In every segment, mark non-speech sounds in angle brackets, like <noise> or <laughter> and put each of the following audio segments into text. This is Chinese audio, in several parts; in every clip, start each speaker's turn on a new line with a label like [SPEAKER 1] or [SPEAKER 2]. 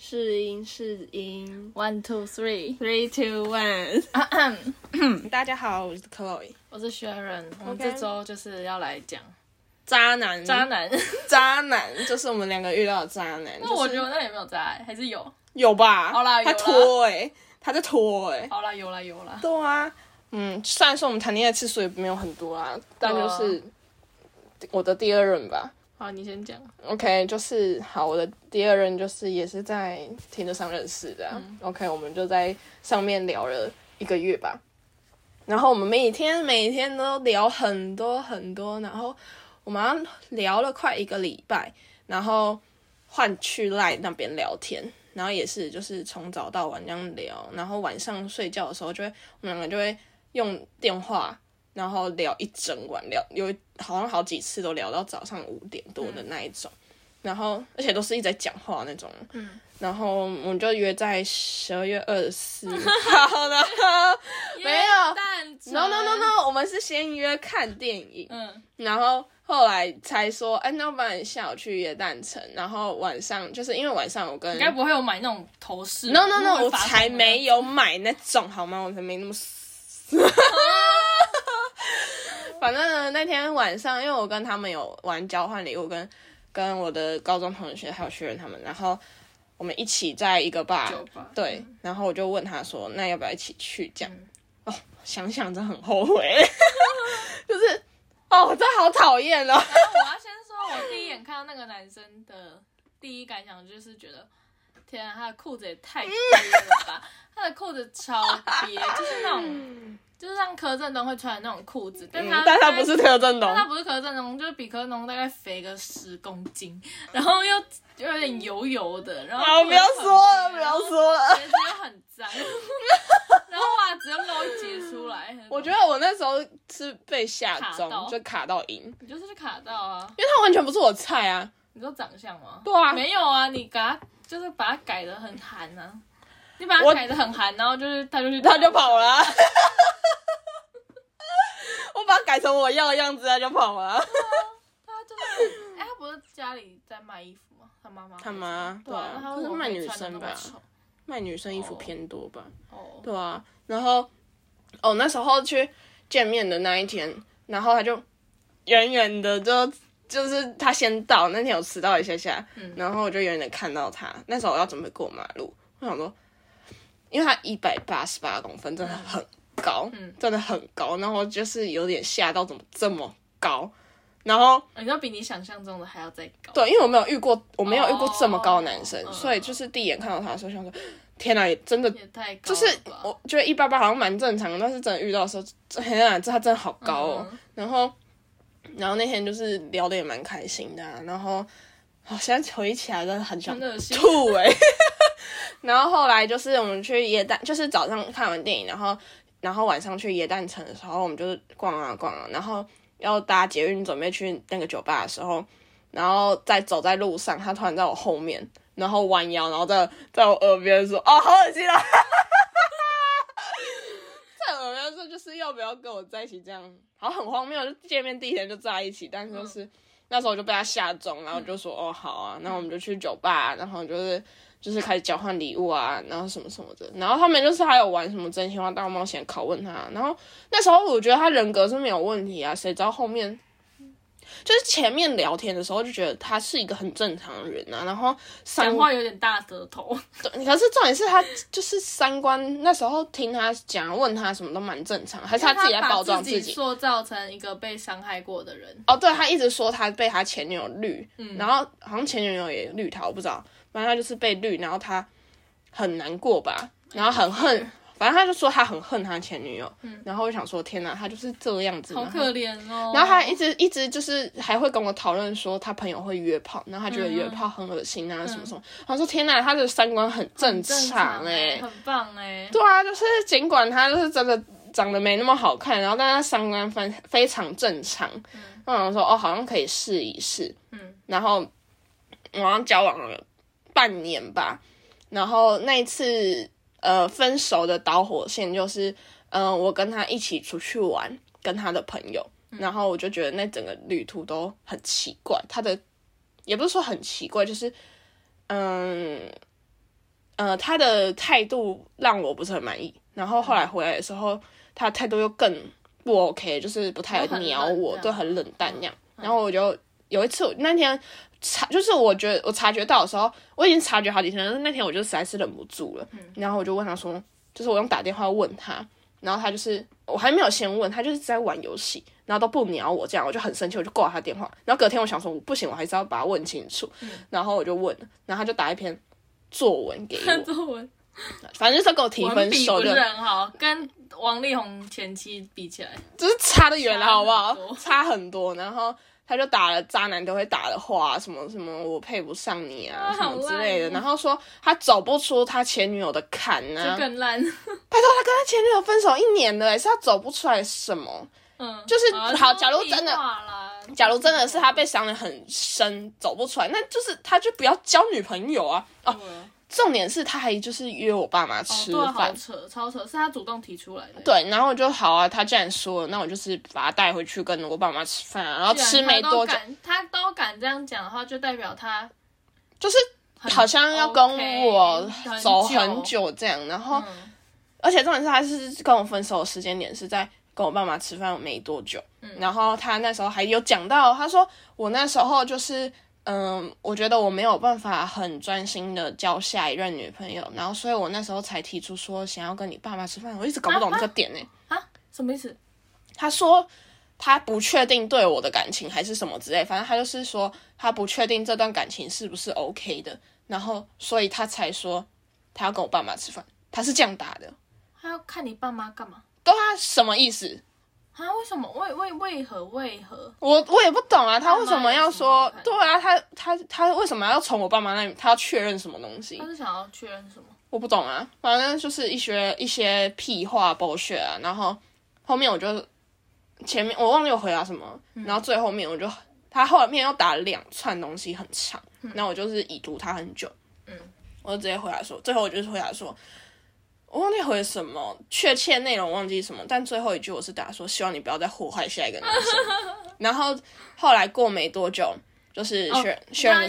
[SPEAKER 1] 试音试音
[SPEAKER 2] One two three，
[SPEAKER 1] ，three two one。大家好，我是 Chloe。
[SPEAKER 2] 我是 Sharon，我们
[SPEAKER 1] OK
[SPEAKER 2] 这周就是要来讲
[SPEAKER 1] 嗯渣男，
[SPEAKER 2] 渣
[SPEAKER 1] <laughs>
[SPEAKER 2] 男。
[SPEAKER 1] 渣男，就是我们两个遇到的渣男。
[SPEAKER 2] 那我
[SPEAKER 1] 就
[SPEAKER 2] 觉
[SPEAKER 1] 是
[SPEAKER 2] 得那有没有渣欸？还是有？
[SPEAKER 1] 有吧？
[SPEAKER 2] 好啦有
[SPEAKER 1] 他
[SPEAKER 2] 啦
[SPEAKER 1] 拖哎、他在拖哎、
[SPEAKER 2] 好啦，有啦，有啦。
[SPEAKER 1] 对啊，嗯，虽然说我们谈恋爱次数也没有很多啊，但
[SPEAKER 2] 对
[SPEAKER 1] 就
[SPEAKER 2] 啊
[SPEAKER 1] 是我的第二任吧。
[SPEAKER 2] 好，你先讲。
[SPEAKER 1] OK，就是好，我的第二任就是也是在听着上认识的啊、OK，我们就在上面聊了一个月吧，然后我们每天每天都聊很多很多，然后我们好像聊了快一个礼拜，然后换去赖那边聊天，然后也是就是从早到晚这样聊，然后晚上睡觉的时候就会我们两个就会用电话。然后聊一整晚，聊有好像好几次都聊到早上五点多的那一种，然后而且都是一直在讲话那种，
[SPEAKER 2] 嗯，
[SPEAKER 1] 然后我们就约在十二月二
[SPEAKER 2] <laughs>
[SPEAKER 1] 十四号，然后没有
[SPEAKER 2] 蛋
[SPEAKER 1] no no no no，我们是先约看电影，
[SPEAKER 2] 嗯，
[SPEAKER 1] 然后后来才说，哎，那不然下午去夜蛋城，然后晚上就是因为晚上我跟
[SPEAKER 2] 你该不会有买那种头饰
[SPEAKER 1] no no no，我才没
[SPEAKER 2] 有。
[SPEAKER 1] 有买那种好吗？我才没那么死。
[SPEAKER 2] <laughs>
[SPEAKER 1] 反正呢，那天晚上，因为我跟他们有玩交换礼物，跟跟我的高中同学还有学员他们，然后我们一起在一个吧
[SPEAKER 2] 酒吧嗯
[SPEAKER 1] 对，然后我就问他说，那要不要一起去？这样、哦，想想真的很后悔， <laughs> 就是哦，真的好讨厌
[SPEAKER 2] <laughs>
[SPEAKER 1] 哦。
[SPEAKER 2] 然后我要先说，我第一眼看到那个男生的第一感想就是觉得，天啊，他的裤子也太憋了吧！他的裤子超憋，就是那种，就是像柯震东会穿的那种裤子，但他、
[SPEAKER 1] 嗯但他不是柯震东
[SPEAKER 2] 但，他不是柯震东，就是比柯震东大概肥个十公斤，然后又又有点油油的，然后
[SPEAKER 1] 好，不要说了，不
[SPEAKER 2] 然
[SPEAKER 1] 要
[SPEAKER 2] 后
[SPEAKER 1] 说了。
[SPEAKER 2] 鞋子又很脏， <laughs> 然后袜子又露一截出来，
[SPEAKER 1] 我觉得我那时候是被吓
[SPEAKER 2] 卡到
[SPEAKER 1] 中，就卡到赢，因为
[SPEAKER 2] 你就是卡到啊，
[SPEAKER 1] 他完全不是我菜啊。
[SPEAKER 2] 你说长相吗？
[SPEAKER 1] 对啊，
[SPEAKER 2] 没有啊，你给他就是把他改的很韩啊，你把他
[SPEAKER 1] 我
[SPEAKER 2] 改的很韩，然后就是他就去
[SPEAKER 1] 他就跑了 <laughs> 啊、我把它改成我要的样子，他就跑了啊。
[SPEAKER 2] 他就是，哎、他不是家里在卖衣服吗？他妈妈还是
[SPEAKER 1] 他妈
[SPEAKER 2] 对啊，
[SPEAKER 1] 对啊
[SPEAKER 2] 那他
[SPEAKER 1] 可
[SPEAKER 2] 为
[SPEAKER 1] 是
[SPEAKER 2] 什么
[SPEAKER 1] 卖
[SPEAKER 2] 可以
[SPEAKER 1] 女
[SPEAKER 2] 穿得那
[SPEAKER 1] 生
[SPEAKER 2] 么
[SPEAKER 1] 吧
[SPEAKER 2] 丑
[SPEAKER 1] 卖女生衣服偏多吧？
[SPEAKER 2] 哦，
[SPEAKER 1] 对啊，然后哦，那时候去见面的那一天，然后他就远远的就就是他先到，那天有迟到一下下，
[SPEAKER 2] 嗯
[SPEAKER 1] 然后我就远远的看到他。那时候我要准备过马路，我想说，因为他一百八十八公分，真的很高，
[SPEAKER 2] 嗯
[SPEAKER 1] 真的很高，然后就是有点吓到，怎么这么高？然后
[SPEAKER 2] 你知道比你想象中的还要再高。
[SPEAKER 1] 对，因为我没有遇过，我没有遇过这么高的男生，
[SPEAKER 2] 哦嗯
[SPEAKER 1] 所以就是第一眼看到他的时候，想说，天哪，也真的
[SPEAKER 2] 也太高
[SPEAKER 1] 就
[SPEAKER 2] 了
[SPEAKER 1] 是
[SPEAKER 2] 哦吧
[SPEAKER 1] 我觉得一八八好像蛮正常的，但是真的遇到的时候，天啊，这他真的好高哦。
[SPEAKER 2] 嗯
[SPEAKER 1] 然后，然后那天就是聊的也蛮开心的啊、然后，好、现在回忆起来真的很想
[SPEAKER 2] 很恶心
[SPEAKER 1] 吐哎、 <laughs> 然后后来就是我们去椰蛋，就是早上看完电影，然后然后晚上去椰蛋城的时候，我们就是逛啊逛啊，然后要搭捷运准备去那个酒吧的时候，然后在走在路上，他突然在我后面，然后弯腰，然后在在我耳边说：“哦，好恶心啊！” <laughs> 在我耳边说哦就是要不要跟我在一起这样，好像很荒谬，就见面第一天就在一起，但是就是、那时候我就被他吓中，然后我就说：“哦，好啊，那我们就去酒吧，然后就是。”就是开始交换礼物啊，然后什么什么的，然后他们就是还有玩什么真心话大冒险拷问他，然后那时候我觉得他人格是没有问题啊，谁知道后面就是前面聊天的时候就觉得他是一个很正常的人啊，然后三
[SPEAKER 2] 讲话有点大舌头，
[SPEAKER 1] 对可是重点是他就是三观，那时候听他讲啊问他什么都蛮正常，还是他自己在
[SPEAKER 2] 哎把
[SPEAKER 1] 包装
[SPEAKER 2] 自
[SPEAKER 1] 己。
[SPEAKER 2] 塑造成一个被伤害过的人。
[SPEAKER 1] 哦，对他一直说他被他前女友绿，
[SPEAKER 2] 嗯
[SPEAKER 1] 然后好像前女友也绿他，我不知道，反正他就是被绿，然后他很难过吧，然后很
[SPEAKER 2] 嗯
[SPEAKER 1] 恨，反正他就说他很恨他前女友，然后我想说天哪，他就是这样子，
[SPEAKER 2] 好
[SPEAKER 1] 然后
[SPEAKER 2] 可怜哦。
[SPEAKER 1] 然后他一直一直就是还会跟我讨论说他朋友会约炮，然后他
[SPEAKER 2] 嗯
[SPEAKER 1] 觉得约炮很恶心啊什么什么。然后说天哪，他的三观很正
[SPEAKER 2] 正
[SPEAKER 1] 常哎、
[SPEAKER 2] 欸，很棒哎、
[SPEAKER 1] 对啊，就是尽管他就是真的长得没那么好看，然后但他三观非非常正常。那我想说哦，好像可以试一试。
[SPEAKER 2] 嗯，
[SPEAKER 1] 然后我好像交往了半年吧，然后那一次呃分手的导火线就是，嗯、我跟他一起出去玩，跟他的朋友，
[SPEAKER 2] 嗯
[SPEAKER 1] 然后我就觉得那整个旅途都很奇怪，他的也不是说很奇怪，就是嗯，呃，他的态度让我不是很满意。然后后来回来的时候，他的态度又更不 OK，就是不太
[SPEAKER 2] 就很
[SPEAKER 1] 鸟
[SPEAKER 2] 冷嗯
[SPEAKER 1] 我，
[SPEAKER 2] 这
[SPEAKER 1] 对，
[SPEAKER 2] 样
[SPEAKER 1] 很冷淡那样。然后我就有一次，我那天察，就是我觉得我察觉到的时候，我已经察觉好几天了，但是那天我就实在是忍不住了，然后我就问他说，就是我用打电话问他，然后他就是我还没有先问他，就是在玩游戏，然后都不鸟我，这样我就很生气，我就挂他电话。然后隔天我想说，我不行，我还是要把他问清楚，
[SPEAKER 2] 嗯
[SPEAKER 1] 然后我就问了，然后他就打一篇作
[SPEAKER 2] <laughs>
[SPEAKER 1] 文给
[SPEAKER 2] 看
[SPEAKER 1] 我，
[SPEAKER 2] 作文
[SPEAKER 1] 反正就是他给我提
[SPEAKER 2] 文
[SPEAKER 1] 分
[SPEAKER 2] 笔
[SPEAKER 1] 手
[SPEAKER 2] 不
[SPEAKER 1] 就是
[SPEAKER 2] 很好，跟王力宏前期比起来，
[SPEAKER 1] 就是差得远了，
[SPEAKER 2] 差很
[SPEAKER 1] 好不好？
[SPEAKER 2] 多
[SPEAKER 1] 差很多。然后他就打了渣男都会打的话，什么什么我配不上你啊，
[SPEAKER 2] 啊
[SPEAKER 1] 什么之类的。
[SPEAKER 2] 好烂哦
[SPEAKER 1] 然后说他走不出他前女友的坎
[SPEAKER 2] 就
[SPEAKER 1] 啊，
[SPEAKER 2] 更烂。
[SPEAKER 1] 他前女友分手一年了，是他走不出来什么？
[SPEAKER 2] 嗯，
[SPEAKER 1] 就是
[SPEAKER 2] 啊
[SPEAKER 1] 好
[SPEAKER 2] 这
[SPEAKER 1] 假如
[SPEAKER 2] 都屁
[SPEAKER 1] 真的
[SPEAKER 2] 话啦
[SPEAKER 1] 假如真的是他被伤得很深，走不出来，那就是他就不要交女朋友啊。哦，
[SPEAKER 2] 对啊
[SPEAKER 1] 重点是他还就是约我爸妈
[SPEAKER 2] 哦，
[SPEAKER 1] 吃
[SPEAKER 2] 对啊，
[SPEAKER 1] 饭
[SPEAKER 2] 好，扯，超扯，是他主动提出来的。
[SPEAKER 1] 对，然后我就好啊，他既然说了，那我就是把他带回去跟我爸妈吃饭啊，然后
[SPEAKER 2] 既然
[SPEAKER 1] 吃没
[SPEAKER 2] 他都
[SPEAKER 1] 多久，
[SPEAKER 2] 敢，他都敢这样讲的话，就代表他
[SPEAKER 1] 就是
[SPEAKER 2] 很
[SPEAKER 1] 好像要跟
[SPEAKER 2] OK，
[SPEAKER 1] 我
[SPEAKER 2] 很
[SPEAKER 1] 走很。久这样，然后、
[SPEAKER 2] 嗯
[SPEAKER 1] 而且重点是他是跟我分手的时间点是在跟我爸妈吃饭没多久，然后他那时候还有讲到，他说我那时候就是。嗯，我觉得我没有办法很专心的交下一任女朋友，然后所以我那时候才提出说想要跟你爸妈吃饭，我一直搞不懂这个点呢、
[SPEAKER 2] 啊，什么意思？
[SPEAKER 1] 他说他不确定对我的感情还是什么之类，反正他就是说他不确定这段感情是不是 OK 的，然后所以他才说他要跟我爸妈吃饭，他是这样打的。
[SPEAKER 2] 他要看你爸妈干嘛？
[SPEAKER 1] 对啊，什么意思？
[SPEAKER 2] 啊，为什么？为为为何？为何？
[SPEAKER 1] 我我也不懂啊，他为什么要说
[SPEAKER 2] 爸妈有什么好看？的
[SPEAKER 1] 对啊，他他他为什么要从我爸妈那里？他要确认什么东西
[SPEAKER 2] 他？是想要确认什么？
[SPEAKER 1] 我不懂啊，反正就是一些一些屁话剥削啊，然后后面我就前面我忘记我回答什么，
[SPEAKER 2] 嗯
[SPEAKER 1] 然后最后面我就他后面又打了两串东西很长，然后我就是已读他很久，
[SPEAKER 2] 嗯，
[SPEAKER 1] 我就直接回答说，最后我就是回答说，我忘记回什么，确切内容忘记什么，但最后一句我是打说希望你不要再祸害下一个男生，
[SPEAKER 2] <laughs>
[SPEAKER 1] 然后后来过没多久。就是
[SPEAKER 2] 哦
[SPEAKER 1] 轩
[SPEAKER 2] 他
[SPEAKER 1] 轩
[SPEAKER 2] 也
[SPEAKER 1] 的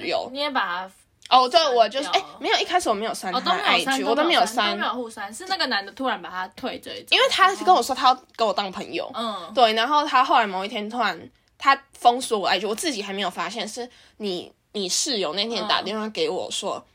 [SPEAKER 1] 室友
[SPEAKER 2] 你也把他
[SPEAKER 1] 哦，对，我就是
[SPEAKER 2] 删
[SPEAKER 1] 哎、
[SPEAKER 2] 掉了
[SPEAKER 1] 没有，一开始我没有删
[SPEAKER 2] 哦
[SPEAKER 1] 他
[SPEAKER 2] 都
[SPEAKER 1] 的
[SPEAKER 2] 没有删
[SPEAKER 1] IG，、，我都没
[SPEAKER 2] 有
[SPEAKER 1] 删
[SPEAKER 2] 都没，有哦互删，是那个男的突然把他退这一种，
[SPEAKER 1] 因为他跟我说他要跟我当朋友，
[SPEAKER 2] 嗯，
[SPEAKER 1] 对，然后他后来某一天突然他封锁我 IG，我自己还没有发现，是你你室友那天打
[SPEAKER 2] 嗯
[SPEAKER 1] 电话给我说。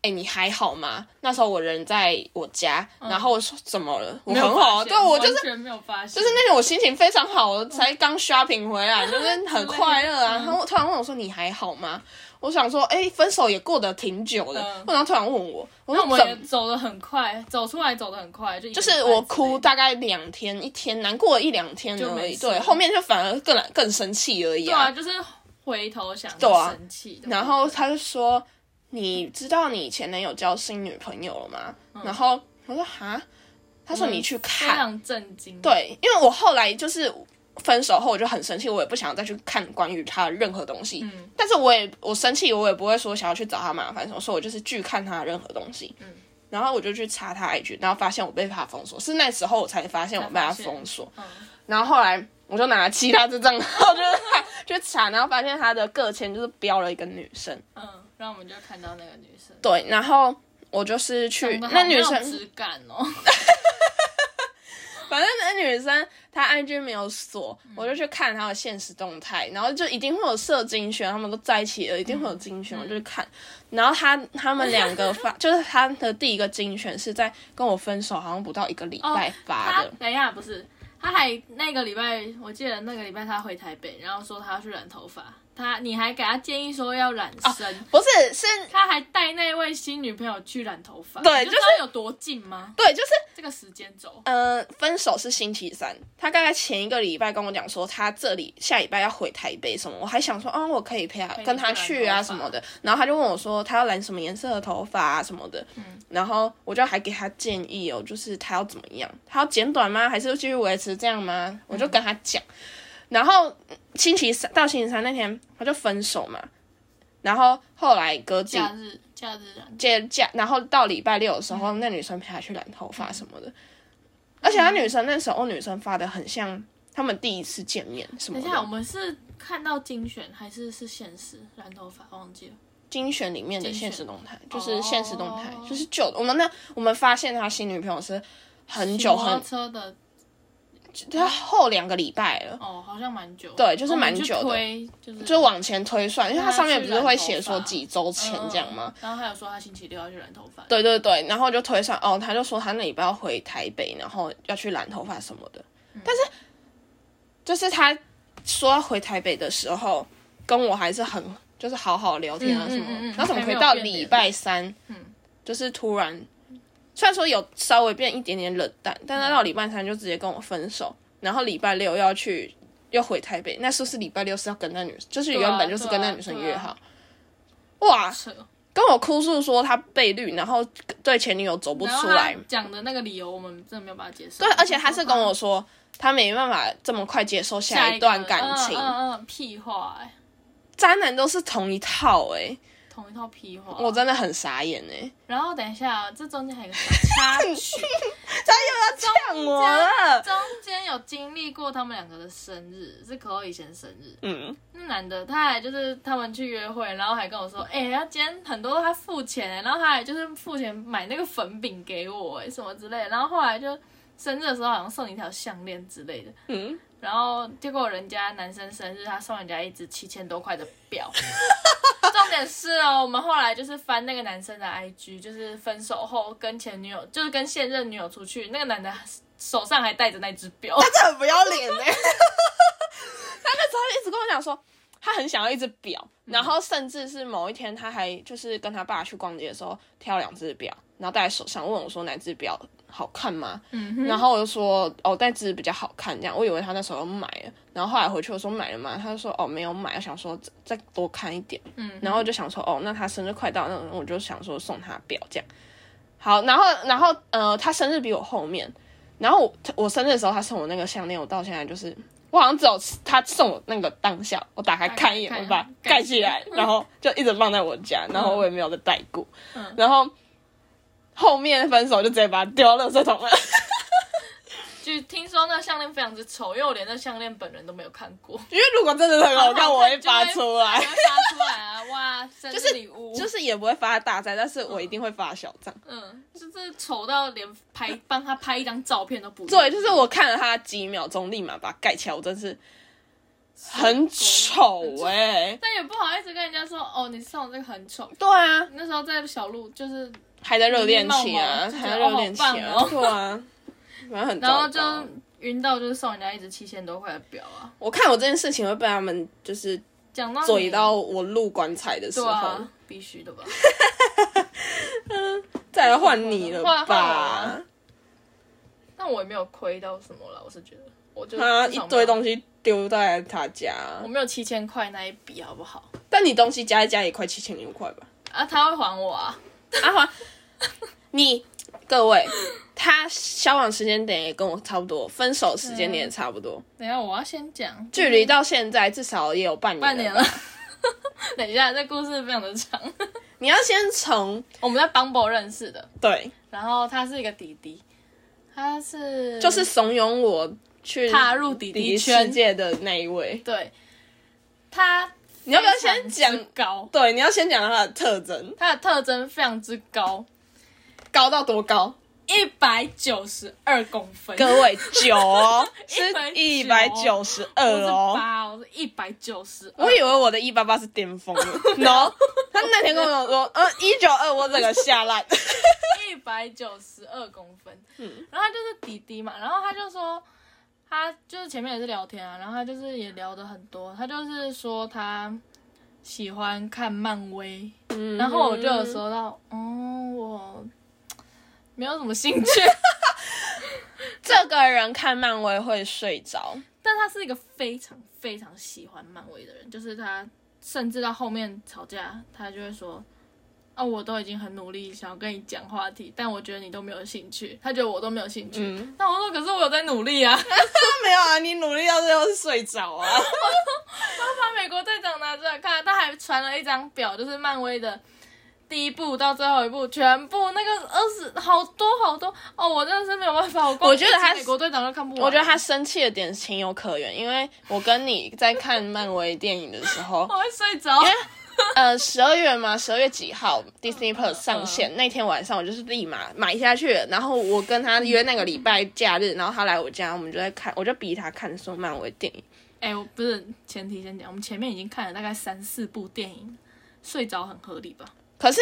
[SPEAKER 1] 哎、你还好吗？那时候我人在我家，然后我说怎么了？
[SPEAKER 2] 嗯
[SPEAKER 1] 我
[SPEAKER 2] 没有
[SPEAKER 1] 很好啊，
[SPEAKER 2] 发现
[SPEAKER 1] 对我就是
[SPEAKER 2] 完全没有发现，
[SPEAKER 1] 就是那天我心情非常好，我才刚 shopping 回来，就是很快乐啊。然后突然问我说：“你还好吗？”我想说：“哎、分手也过得挺久的。
[SPEAKER 2] 嗯
[SPEAKER 1] 为什么突然问我？我
[SPEAKER 2] 那
[SPEAKER 1] 说
[SPEAKER 2] 我：“们
[SPEAKER 1] 怎
[SPEAKER 2] 也
[SPEAKER 1] 么
[SPEAKER 2] 走的很快，走出来走的很快，就就
[SPEAKER 1] 就是我哭大概两天，一天难过了一两天
[SPEAKER 2] 就
[SPEAKER 1] 而
[SPEAKER 2] 没
[SPEAKER 1] 已，
[SPEAKER 2] 事
[SPEAKER 1] 对，后面就反而更难更生气而已
[SPEAKER 2] 对啊，就是回头想
[SPEAKER 1] 对啊
[SPEAKER 2] 生气的，
[SPEAKER 1] 然后他就说：“你知道你前男友交新女朋友了吗？”
[SPEAKER 2] 嗯
[SPEAKER 1] 然后我说：“哈。”他说：“你去
[SPEAKER 2] 非
[SPEAKER 1] 看。
[SPEAKER 2] 常震惊，
[SPEAKER 1] 对，因为我后来就是分手后我就很生气，我也不想再去看关于他的任何东西。
[SPEAKER 2] 嗯
[SPEAKER 1] 但是我也我生气，我也不会说想要去找他麻烦什么，所以我就是拒看他的任何东西。
[SPEAKER 2] 嗯
[SPEAKER 1] 然后我就去查他哎 IG，然后发现我被他封锁，是那时候我才发现我被
[SPEAKER 2] 才
[SPEAKER 1] 他
[SPEAKER 2] 发现
[SPEAKER 1] 封锁。
[SPEAKER 2] 嗯，
[SPEAKER 1] 然后后来我就拿其他这账号就是看去查，然后发现他的个签就是标了一个女生，
[SPEAKER 2] 嗯，然后我们就看到那个女生，
[SPEAKER 1] 对，然后我就是去
[SPEAKER 2] 长得好
[SPEAKER 1] 那女
[SPEAKER 2] 没有
[SPEAKER 1] 生，
[SPEAKER 2] 质感哦，
[SPEAKER 1] 反正那女生她 IG 没有锁，我就去看她的现实动态，然后就一定会有射精选，他们都在一起了，一定会有精选，我就去看，然后她他们两个发，就是她的第一个精选是在跟我分手好像不到一个礼拜发
[SPEAKER 2] 他
[SPEAKER 1] 的，
[SPEAKER 2] 等一下不是，他还那个礼拜，我记得那个礼拜他回台北，然后说他要去染头发，他你还给他建议说要染
[SPEAKER 1] 哦
[SPEAKER 2] 深，
[SPEAKER 1] 不是是。
[SPEAKER 2] 他还带那位新女朋友去染头发，
[SPEAKER 1] 对
[SPEAKER 2] 你
[SPEAKER 1] 就
[SPEAKER 2] 知
[SPEAKER 1] 是
[SPEAKER 2] 道有多近吗？
[SPEAKER 1] 对，就是
[SPEAKER 2] 这个时间轴，
[SPEAKER 1] 呃，分手是星期三，他大概前一个礼拜跟我讲说他这里下礼拜要回台北什么，我还想说，哦，我可以陪他
[SPEAKER 2] 陪你
[SPEAKER 1] 跟他
[SPEAKER 2] 去染
[SPEAKER 1] 去啊
[SPEAKER 2] 头
[SPEAKER 1] 什
[SPEAKER 2] 发
[SPEAKER 1] 么的，然后他就问我说他要染什么颜色的头发啊什么的，
[SPEAKER 2] 嗯
[SPEAKER 1] 然后我就还给他建议哦，就是他要怎么样，他要剪短吗？还是继续维持这样
[SPEAKER 2] 嗯
[SPEAKER 1] 吗？我就跟他讲，然后嗯星期三到星期三那天他就分手嘛，然后后来隔几
[SPEAKER 2] 假日假日染，
[SPEAKER 1] 接假，然后到礼拜六的时候，那女生陪她去染头发什么的。而且她女生那时候女生发的很像他们第一次见面什么
[SPEAKER 2] 等一
[SPEAKER 1] 的
[SPEAKER 2] 下我，们是看到精选还是是现实染头发忘记了，
[SPEAKER 1] 精选里面的
[SPEAKER 2] 精
[SPEAKER 1] 现
[SPEAKER 2] 选
[SPEAKER 1] 实动态，就是现实动态
[SPEAKER 2] 哦，
[SPEAKER 1] 就是旧的。我们那我们发现他新女朋友是很久
[SPEAKER 2] 骑摩
[SPEAKER 1] 很
[SPEAKER 2] 托，车的
[SPEAKER 1] 他后两个礼拜了，
[SPEAKER 2] 哦，好像蛮久的。
[SPEAKER 1] 对就是
[SPEAKER 2] 我们
[SPEAKER 1] 蛮
[SPEAKER 2] 去
[SPEAKER 1] 久的
[SPEAKER 2] 推就是
[SPEAKER 1] 就往前推算，因为它
[SPEAKER 2] 他
[SPEAKER 1] 上面
[SPEAKER 2] 去
[SPEAKER 1] 不是
[SPEAKER 2] 染
[SPEAKER 1] 会
[SPEAKER 2] 头
[SPEAKER 1] 写说
[SPEAKER 2] 发
[SPEAKER 1] 几周前这样吗？
[SPEAKER 2] 嗯然后还有说他星期六要去染头发。
[SPEAKER 1] 对对对，然后就推算哦，他就说他那礼拜要回台北，然后要去染头发什么的。
[SPEAKER 2] 嗯
[SPEAKER 1] 但是，就是他说要回台北的时候，跟我还是很就是好好聊天啊
[SPEAKER 2] 嗯
[SPEAKER 1] 什么的。
[SPEAKER 2] 嗯嗯嗯
[SPEAKER 1] 然后怎么
[SPEAKER 2] 还
[SPEAKER 1] 回
[SPEAKER 2] 没有
[SPEAKER 1] 到
[SPEAKER 2] 变
[SPEAKER 1] 礼
[SPEAKER 2] 脸
[SPEAKER 1] 拜三，就是突然，虽然说有稍微变一点点冷淡，但他到礼拜三就直接跟我分手，然后礼拜六要去又回台北，那是不是礼拜六是要跟那女，就是
[SPEAKER 2] 对啊
[SPEAKER 1] 原本就是跟那女生
[SPEAKER 2] 对啊
[SPEAKER 1] 约
[SPEAKER 2] 对啊
[SPEAKER 1] 好。哇，
[SPEAKER 2] 扯，
[SPEAKER 1] 跟我哭诉说他被绿，然后对前女友走不
[SPEAKER 2] 然后
[SPEAKER 1] 出
[SPEAKER 2] 他
[SPEAKER 1] 来。
[SPEAKER 2] 讲的那个理由，我们真的没有办法接受。
[SPEAKER 1] 对，而且他是跟我说，
[SPEAKER 2] 嗯
[SPEAKER 1] 他没办法这么快接受下
[SPEAKER 2] 下
[SPEAKER 1] 一
[SPEAKER 2] 个
[SPEAKER 1] 段感
[SPEAKER 2] 嗯
[SPEAKER 1] 情。
[SPEAKER 2] 嗯嗯，屁话哎，
[SPEAKER 1] 渣男都是同一套哎、
[SPEAKER 2] 同一套屁话。
[SPEAKER 1] 我真的很傻眼哎、欸，
[SPEAKER 2] 然后等一下，这中间还有一个小插
[SPEAKER 1] <laughs>
[SPEAKER 2] 曲，
[SPEAKER 1] 他又要呛我了。
[SPEAKER 2] 中间有经历过他们两个的生日，是可 o 以前生日。
[SPEAKER 1] 嗯，
[SPEAKER 2] 那男的他还就是他们去约会，然后还跟我说，哎、他今天很多都他付钱、然后他还就是付钱买那个粉饼给我、哎，什么之类的。然后后来就生日的时候好像送你一条项链之类的，
[SPEAKER 1] 嗯，
[SPEAKER 2] 然后结果人家男生生日他送人家一只七千多块的表。重点是哦，我们后来就是翻那个男生的 IG，就是分手后跟前女友，就是跟现任女友出去，那个男的手上还戴着那只表。
[SPEAKER 1] 他很不要脸哎、 <laughs> 他那时候一直跟我讲说，他很想要一只表，然后甚至是某一天他还就是跟他爸去逛街的时候挑两只表，然后戴在手上，问我说哪只表好看吗？
[SPEAKER 2] 嗯哼，
[SPEAKER 1] 然后我就说哦，但只比较好看这样。我以为他那时候买了，然后后来回去我说买了吗？他就说哦没有买，我想说再再多看一点。
[SPEAKER 2] 嗯，
[SPEAKER 1] 然后我就想说哦，那他生日快到，那我就想说送他表这样。好，然后然后呃，他生日比我后面，然后我我生日的时候他送我那个项链，我到现在就是我好像只有他送我那个当下，我打开看一眼，
[SPEAKER 2] 看
[SPEAKER 1] 我把它盖起来，嗯然后就一直放在我家，然后我也没有再戴过。
[SPEAKER 2] 嗯
[SPEAKER 1] 然后后面分手就直接把它丢到垃圾桶了。
[SPEAKER 2] 就听说那个项链非常之丑，因为我连那项链本人都没有看
[SPEAKER 1] <laughs>
[SPEAKER 2] 过。
[SPEAKER 1] 因为如果真的很好看，我会发出
[SPEAKER 2] 我
[SPEAKER 1] 来，
[SPEAKER 2] 会发出来啊！哇，生日礼物，
[SPEAKER 1] <laughs> 就是也不会发大张，但是我一定会发小张。
[SPEAKER 2] 嗯，就是丑到连拍帮他拍一张照片都不愿
[SPEAKER 1] <laughs> 对，
[SPEAKER 2] 意
[SPEAKER 1] 就是我看了他几秒钟，立马把它盖起来，我真是很丑哎、
[SPEAKER 2] 但也不好意思跟人家说哦，你送我这个很丑。
[SPEAKER 1] 对啊，
[SPEAKER 2] 那时候在小路，就是
[SPEAKER 1] 还在热恋期啊，
[SPEAKER 2] 嗯
[SPEAKER 1] 还在热恋期啊，
[SPEAKER 2] 就
[SPEAKER 1] <laughs> 对啊，反正很
[SPEAKER 2] 然
[SPEAKER 1] 糟
[SPEAKER 2] 后就
[SPEAKER 1] 糕。
[SPEAKER 2] 晕到，就是送人家一只七千多块的表啊。
[SPEAKER 1] 我看我这件事情会被他们就是
[SPEAKER 2] 讲到你
[SPEAKER 1] 怼到我入棺材的时
[SPEAKER 2] 对
[SPEAKER 1] 候，
[SPEAKER 2] 啊，必须的吧？ <laughs>
[SPEAKER 1] 再来换你了
[SPEAKER 2] 换换我
[SPEAKER 1] 吧
[SPEAKER 2] 啊？但我也没有亏到什么了，我是觉得，我就
[SPEAKER 1] 他
[SPEAKER 2] 至
[SPEAKER 1] 一
[SPEAKER 2] 少没有
[SPEAKER 1] 堆东西丢在他家，
[SPEAKER 2] 我没有七千块那一笔，好不好？
[SPEAKER 1] 但你东西加一加也快七千六块吧？
[SPEAKER 2] 啊，他会还我啊。
[SPEAKER 1] 阿华， <laughs> 你各位，他交往时间点也跟我差不多，分手时间点也差不多，
[SPEAKER 2] 等一下，我要先讲
[SPEAKER 1] 距离到现在至少也有半年。
[SPEAKER 2] 半年了。。 <laughs> 等一下，这故事非常的长。
[SPEAKER 1] 你要先从
[SPEAKER 2] 我们在 Bumble 认识的，
[SPEAKER 1] 对，
[SPEAKER 2] 然后他是一个弟弟，他是
[SPEAKER 1] 就是怂恿我去
[SPEAKER 2] 踏入弟弟
[SPEAKER 1] 弟
[SPEAKER 2] 圈
[SPEAKER 1] 世界的那一位。
[SPEAKER 2] 对，他
[SPEAKER 1] 你要不要先讲
[SPEAKER 2] 非常之高？
[SPEAKER 1] 对，你要先讲他的特征，
[SPEAKER 2] 他的特征非常之高，
[SPEAKER 1] 高到多高？
[SPEAKER 2] 一百九十二公分，
[SPEAKER 1] 各位九哦，
[SPEAKER 2] <laughs>
[SPEAKER 1] 是一百
[SPEAKER 2] 190
[SPEAKER 1] 九十二
[SPEAKER 2] 不是
[SPEAKER 1] 哦。
[SPEAKER 2] 八哦，是一百九十
[SPEAKER 1] 我以为我的一八八是巅
[SPEAKER 2] <laughs>
[SPEAKER 1] 峰了，no，他那天跟我说，嗯，一九二，我整个吓烂。
[SPEAKER 2] <laughs> 一百九十二公分，然后他就是弟弟嘛，然后他就说，他就是前面也是聊天啊，然后他就是也聊的很多，他就是说他喜欢看漫威，然后我就有说到，哦、我没有什么兴趣，
[SPEAKER 1] 这个人看漫威会睡着，
[SPEAKER 2] 但他是一个非常非常喜欢漫威的人，就是他甚至到后面吵架，他就会说。哦，我都已经很努力想要跟你讲话题，但我觉得你都没有兴趣，他觉得我都没有兴趣。
[SPEAKER 1] 嗯，
[SPEAKER 2] 那我说，可是我有在努力啊。
[SPEAKER 1] 没有啊，你努力到最后是睡着啊。
[SPEAKER 2] 把美国队长拿出来看，他还传了一张表，就是漫威的第一部到最后一部，全部那个二十好多好多哦，我真的是没有办法，我光
[SPEAKER 1] 我觉得他
[SPEAKER 2] 一集美国队长都看不完。
[SPEAKER 1] <laughs> 我觉得他生气的点情有可原，因为我跟你在看漫威电影的时候，
[SPEAKER 2] 我会睡着
[SPEAKER 1] 因为，呃，十二月嘛，十二月几号 Disney Plus 上线、那天晚上，我就是立马买下去了。然后我跟他约那个礼拜假日，然后他来我家，我们就在看，我就逼他看所有漫威电影。
[SPEAKER 2] 哎、我不是前提先讲，我们前面已经看了大概三四部电影，睡着很合理吧？
[SPEAKER 1] 可是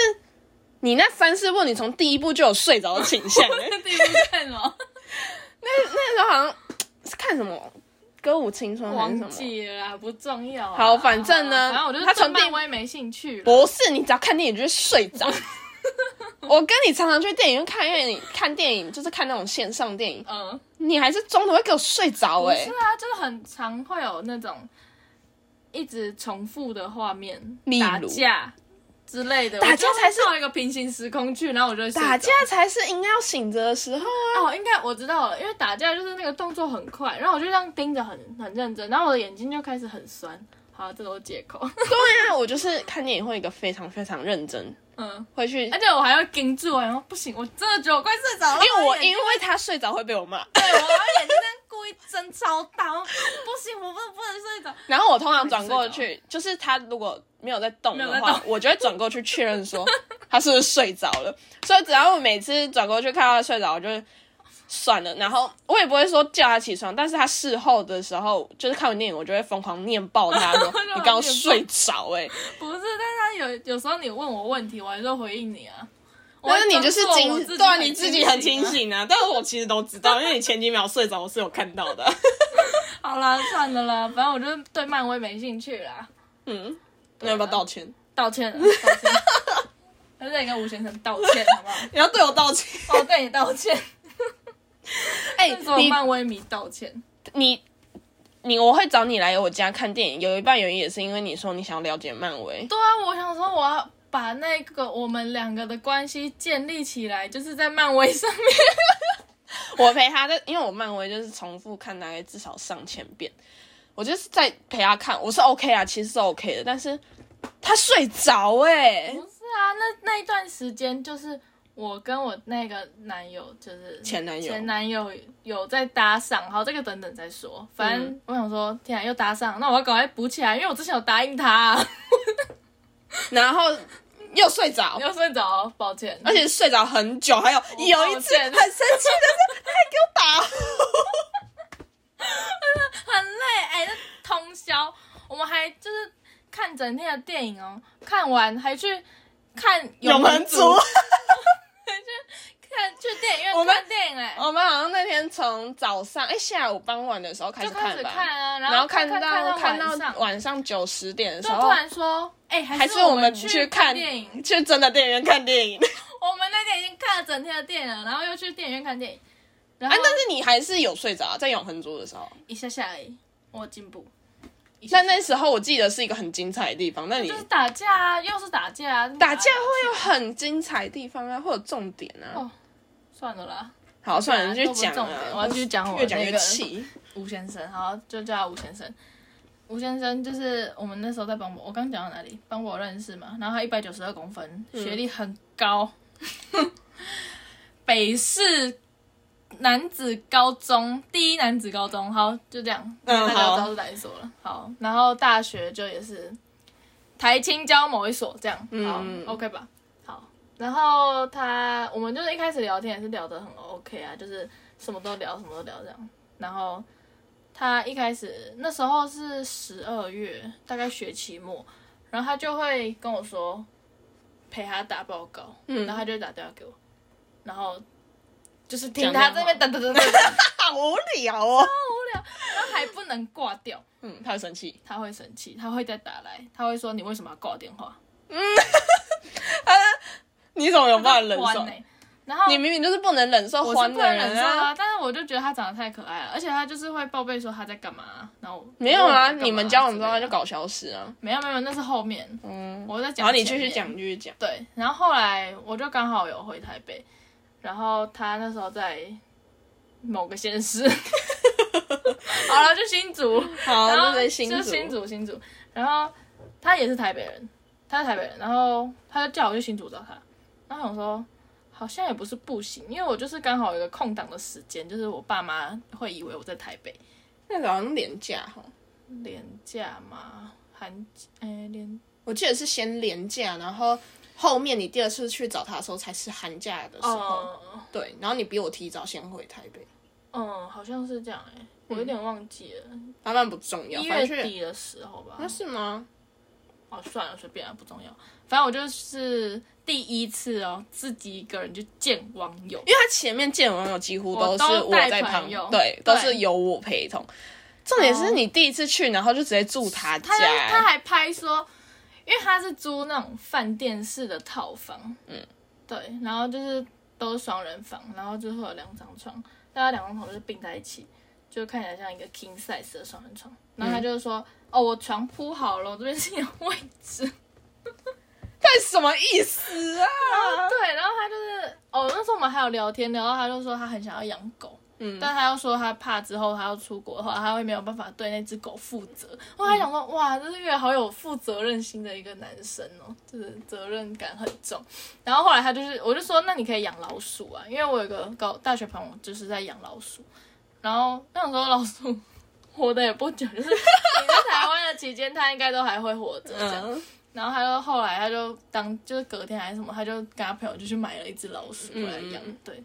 [SPEAKER 1] 你那三四部，你从第一部就有睡着的倾 <laughs> 向、欸。
[SPEAKER 2] <laughs> 第一部看了，
[SPEAKER 1] 那时候好像是看什么歌舞青春还是
[SPEAKER 2] 忘
[SPEAKER 1] 什么？
[SPEAKER 2] 记了啦，不重要啊。
[SPEAKER 1] 好反正呢
[SPEAKER 2] 反正我就是
[SPEAKER 1] 他
[SPEAKER 2] 对
[SPEAKER 1] 从第
[SPEAKER 2] 漫威没兴趣了。
[SPEAKER 1] 不是，你只要看电影就是睡 <laughs> 着。我跟你常常去电影院看电影，看电影就是看那种线上电影，
[SPEAKER 2] 嗯，
[SPEAKER 1] 你还是中途会给我睡着
[SPEAKER 2] 不
[SPEAKER 1] 哎、
[SPEAKER 2] 是啊，就是很常会有那种一直重复的画面，
[SPEAKER 1] 例
[SPEAKER 2] 打
[SPEAKER 1] 如
[SPEAKER 2] 架之类的，
[SPEAKER 1] 打
[SPEAKER 2] 我就
[SPEAKER 1] 架才是
[SPEAKER 2] 会到一个平行时空去，然后我就会睡
[SPEAKER 1] 打
[SPEAKER 2] 着
[SPEAKER 1] 架才是应该要醒着的时候啊！
[SPEAKER 2] 哦，应该我知道了，因为打架就是那个动作很快，然后我就这样盯着很很认真，然后我的眼睛就开始很酸。好，这都是借口。
[SPEAKER 1] <laughs> 对啊，我就是看电影会一个非常非常认真，
[SPEAKER 2] 嗯，
[SPEAKER 1] 会去，因
[SPEAKER 2] 而且我还要盯住，然后不行，我真的觉得我快睡着了，
[SPEAKER 1] 为我
[SPEAKER 2] 眼睛
[SPEAKER 1] 哎因为他睡着会被我骂，
[SPEAKER 2] 对我要眼睛在故意睁超大，我不行，我不不能睡着。
[SPEAKER 1] 然后我通常转过去，就是他如果没有在动
[SPEAKER 2] 没
[SPEAKER 1] 的
[SPEAKER 2] 有在
[SPEAKER 1] 话
[SPEAKER 2] 动，
[SPEAKER 1] 我就会转过去确认说他是不是睡着了。 <laughs> 所以只要我每次转过去看到他睡着，我就算了，然后我也不会说叫他起床，但是他事后的时候，就是看完电影，我就会疯狂念爆他
[SPEAKER 2] <laughs>
[SPEAKER 1] 说
[SPEAKER 2] 就把他
[SPEAKER 1] 你刚刚
[SPEAKER 2] 念爆
[SPEAKER 1] 睡着哎、欸
[SPEAKER 2] 不是，但是他有有时候你问我问题，我还是会回应你啊。
[SPEAKER 1] 但是你
[SPEAKER 2] 我
[SPEAKER 1] 就是
[SPEAKER 2] 装作我
[SPEAKER 1] 精，
[SPEAKER 2] 自己
[SPEAKER 1] 对啊，
[SPEAKER 2] 很
[SPEAKER 1] 你自己
[SPEAKER 2] 啊
[SPEAKER 1] 很清。醒啊。但是我其实都知道，因为你前几秒睡着，我是有看
[SPEAKER 2] <laughs>
[SPEAKER 1] 到的。
[SPEAKER 2] 好啦，算了啦，反正我就是对漫威没兴趣啦。
[SPEAKER 1] 嗯，那要不要道歉？
[SPEAKER 2] 道歉，啊
[SPEAKER 1] <laughs>
[SPEAKER 2] 道歉，还是得跟吴先生道歉，好不好？
[SPEAKER 1] 你要对我道歉？
[SPEAKER 2] <laughs> 我对你道
[SPEAKER 1] <laughs>
[SPEAKER 2] 歉，
[SPEAKER 1] 哎、
[SPEAKER 2] 所有漫威迷道歉。
[SPEAKER 1] 你你你，我会找你来我家看电影，有一半原因也是因为你说你想要了解漫威。
[SPEAKER 2] 对啊，我想说我要把那个我们两个的关系建立起来，就是在漫威上面。
[SPEAKER 1] 我陪他在，因为我漫威就是重复看大概至少上千遍，我就是在陪他看，我是 OK 啊，其实是 OK 的，但是他睡着哎、
[SPEAKER 2] <laughs> 不是啊，那那一段时间就是我跟我那个男友，就是
[SPEAKER 1] 前男友
[SPEAKER 2] 前男友有在搭上，好，这个等等再说。反正
[SPEAKER 1] 嗯
[SPEAKER 2] 我想说，天啊，又搭上，那我要赶快补起来，因为我之前有答应他、啊，
[SPEAKER 1] 然后又睡着，
[SPEAKER 2] <laughs> 又睡着，哦抱歉。
[SPEAKER 1] 而且睡着很久，还有有一次
[SPEAKER 2] 歉
[SPEAKER 1] 很生气的是，他还给我打
[SPEAKER 2] <laughs> 很累，哎、那通宵，我们还就是看整天的电影哦，看完还去看《
[SPEAKER 1] 永恒
[SPEAKER 2] 恒
[SPEAKER 1] 族。
[SPEAKER 2] 族》 <laughs> 看，去电影
[SPEAKER 1] 我
[SPEAKER 2] 院
[SPEAKER 1] 们哦
[SPEAKER 2] 看电影、哎，
[SPEAKER 1] 我们好像那天从早上哎、下午傍晚的时候开
[SPEAKER 2] 就
[SPEAKER 1] 始
[SPEAKER 2] 开
[SPEAKER 1] 看
[SPEAKER 2] 始
[SPEAKER 1] 吧，
[SPEAKER 2] 看啊，
[SPEAKER 1] 然后
[SPEAKER 2] 看
[SPEAKER 1] 到
[SPEAKER 2] 看
[SPEAKER 1] 看
[SPEAKER 2] 到晚
[SPEAKER 1] 到
[SPEAKER 2] 上，
[SPEAKER 1] 晚上九十点的时
[SPEAKER 2] 就
[SPEAKER 1] 候
[SPEAKER 2] 突，然说，哎、
[SPEAKER 1] 还
[SPEAKER 2] 是
[SPEAKER 1] 我
[SPEAKER 2] 们
[SPEAKER 1] 们去看
[SPEAKER 2] 电影，
[SPEAKER 1] <laughs>
[SPEAKER 2] <laughs>
[SPEAKER 1] 去真的电影院看电影。
[SPEAKER 2] 我们那天已经看了整天的电影了，然后又去电影院看电影， <laughs> 然
[SPEAKER 1] 啊，
[SPEAKER 2] 后
[SPEAKER 1] 但是你还是有睡着、啊，在永恒族的时候。
[SPEAKER 2] 一下下而已，我有进步。一下
[SPEAKER 1] 但
[SPEAKER 2] 下
[SPEAKER 1] 那时候我记得是一个很精彩的地方，那你
[SPEAKER 2] 就是打架啊，又是打架啊，
[SPEAKER 1] 打架会有很精彩的地方啊，会有重点啊。
[SPEAKER 2] 哦算了啦，
[SPEAKER 1] 好，算了，
[SPEAKER 2] 对啊
[SPEAKER 1] 就讲
[SPEAKER 2] 都不是重
[SPEAKER 1] 啊，
[SPEAKER 2] 点我要继续讲我
[SPEAKER 1] 越讲
[SPEAKER 2] 那
[SPEAKER 1] 越
[SPEAKER 2] 个
[SPEAKER 1] 气。
[SPEAKER 2] <laughs> 吴先生，好，就叫他吴先生。吴先生就是我们那时候在帮我，我刚讲到哪里？帮我认识嘛。然后他一百九十二公分，
[SPEAKER 1] 嗯
[SPEAKER 2] 学历很高， <laughs> 北市男子高中第一男子高中，好，就这样，
[SPEAKER 1] 嗯
[SPEAKER 2] 大家都知
[SPEAKER 1] 好
[SPEAKER 2] 道是哪一所了。好，然后大学就也是台青交某一所这样，好、
[SPEAKER 1] 嗯
[SPEAKER 2] o k 吧？好，然后他我们就是一开始聊天也是聊得很 OK 啊，就是什么都聊，什么都聊这样。然后他一开始那时候是十二月，大概学期末，然后他就会跟我说陪他打报告，
[SPEAKER 1] 嗯
[SPEAKER 2] 然后他就会打电话给我，然后就是听
[SPEAKER 1] 讲
[SPEAKER 2] 他
[SPEAKER 1] 电
[SPEAKER 2] 这
[SPEAKER 1] 话
[SPEAKER 2] 边等等等等，然
[SPEAKER 1] 好无聊哦。
[SPEAKER 2] 后还不能挂掉，
[SPEAKER 1] 嗯，他会生气。
[SPEAKER 2] 他会生气，他会再打来，他会说你为什么要挂我电话？
[SPEAKER 1] 你怎么有办法忍
[SPEAKER 2] 关
[SPEAKER 1] 受
[SPEAKER 2] 呢、？欸然后
[SPEAKER 1] 你明明就是不能忍受
[SPEAKER 2] 我是
[SPEAKER 1] 欢
[SPEAKER 2] 不
[SPEAKER 1] 的
[SPEAKER 2] 能忍受
[SPEAKER 1] 人啊！
[SPEAKER 2] 啊，但是我就觉得他长得太可爱了，而且他就是会报备说他在干嘛、然后我
[SPEAKER 1] 没有啊，
[SPEAKER 2] 我问他干嘛
[SPEAKER 1] 你们交往之后他就
[SPEAKER 2] 之类的
[SPEAKER 1] 搞消失啊。
[SPEAKER 2] 没有没有，那是后面，
[SPEAKER 1] 嗯，
[SPEAKER 2] 我在讲，
[SPEAKER 1] 然后你继续讲，继续讲。
[SPEAKER 2] 对，然后后来我就刚好有回台北，然后他那时候在某个县市， <laughs> 好了，就新竹，
[SPEAKER 1] 好，
[SPEAKER 2] 然
[SPEAKER 1] 那
[SPEAKER 2] 后
[SPEAKER 1] 在新
[SPEAKER 2] 就
[SPEAKER 1] 竹，
[SPEAKER 2] 新竹新竹，然后他也是台北人，他是台北人，然后他就叫我去新竹找他，然后我想说好像也不是不行，因为我就是刚好有一个空档的时间，就是我爸妈会以为我在台北，
[SPEAKER 1] 那个好像廉价哈。
[SPEAKER 2] 廉价嘛，寒诶廉
[SPEAKER 1] 我记得是先廉价，然后后面你第二次去找他的时候才是寒假的时候，
[SPEAKER 2] 哦，
[SPEAKER 1] 对，然后你比我提早先回台北，
[SPEAKER 2] 嗯，好像是这样哎、我有点忘记了，
[SPEAKER 1] 当然不重要，
[SPEAKER 2] 一
[SPEAKER 1] 反
[SPEAKER 2] 月
[SPEAKER 1] 正去啊
[SPEAKER 2] 底的时候吧
[SPEAKER 1] 那。是吗？
[SPEAKER 2] 哦，算了，随便啊，不重要。反正我就是第一次哦，自己一个人去见网友，
[SPEAKER 1] 因为他前面见网友几乎都是
[SPEAKER 2] 我都哦带
[SPEAKER 1] 在旁
[SPEAKER 2] 朋友，
[SPEAKER 1] 对，
[SPEAKER 2] 对
[SPEAKER 1] 都是有我陪同。重点是
[SPEAKER 2] 哦
[SPEAKER 1] 你第一次去，然后就直接住他家
[SPEAKER 2] <laughs> 他
[SPEAKER 1] 欸，
[SPEAKER 2] 他还拍说，因为他是租那种饭店式的套房，嗯，对，然后就是都是双人房，然后就会有两张床，大家两张床就是并在一起，就看起来像一个 king size 的双人床。然后他就是说，哦，我床铺好了，我这边是你的位置。
[SPEAKER 1] 但什么意思啊？
[SPEAKER 2] 对，然后他就是，哦，那时候我们还有聊天，然后他就说他很想要养狗。
[SPEAKER 1] 嗯
[SPEAKER 2] 但他又说他怕之后他要出国的话，他会没有办法对那只狗负责。我还想说，
[SPEAKER 1] 嗯
[SPEAKER 2] 哇，这是一个好有负责任心的一个男生哦，就是责任感很重。然后后来他就是，我就说那你可以养老鼠啊，因为我有个高大学朋友就是在养老鼠，然后那时候老鼠 <laughs> 活的也不久，就是 <laughs> 你在台湾的期间，它应该都还会活着这样。
[SPEAKER 1] 嗯，
[SPEAKER 2] 然后他就后来他就当就是隔天还是什么，他就跟他朋友就去买了一只老鼠回来养。
[SPEAKER 1] 嗯
[SPEAKER 2] 对，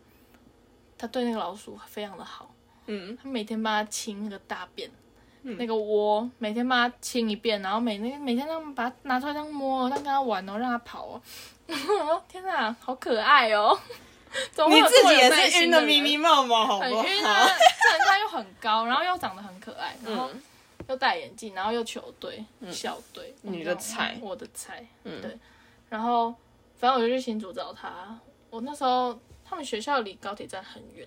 [SPEAKER 2] 他对那个老鼠非常的好，
[SPEAKER 1] 嗯，
[SPEAKER 2] 他每天帮它清那个大便，那个窝，每天帮它清一遍，然后每那每天这样把它拿出来这样摸，这样跟它玩哦，让它跑哦。 <laughs> 天哪，好可爱哦！ <laughs> 怎么会
[SPEAKER 1] 你
[SPEAKER 2] 有
[SPEAKER 1] 自
[SPEAKER 2] 这么
[SPEAKER 1] 己
[SPEAKER 2] 有
[SPEAKER 1] 也
[SPEAKER 2] 耐
[SPEAKER 1] 是
[SPEAKER 2] 心
[SPEAKER 1] 晕
[SPEAKER 2] 的
[SPEAKER 1] 的迷
[SPEAKER 2] 人
[SPEAKER 1] 迷哦冒冒，好
[SPEAKER 2] 很
[SPEAKER 1] 不
[SPEAKER 2] 晕
[SPEAKER 1] 好
[SPEAKER 2] 啊？！这人他又很高，然后又长得很可爱，然后
[SPEAKER 1] 嗯
[SPEAKER 2] 又戴眼镜，然后又球队、校队，
[SPEAKER 1] 你的
[SPEAKER 2] 我
[SPEAKER 1] 菜
[SPEAKER 2] 我的菜，
[SPEAKER 1] 嗯
[SPEAKER 2] 对。然后反正我就去新竹找他，我那时候他们学校离高铁站很远，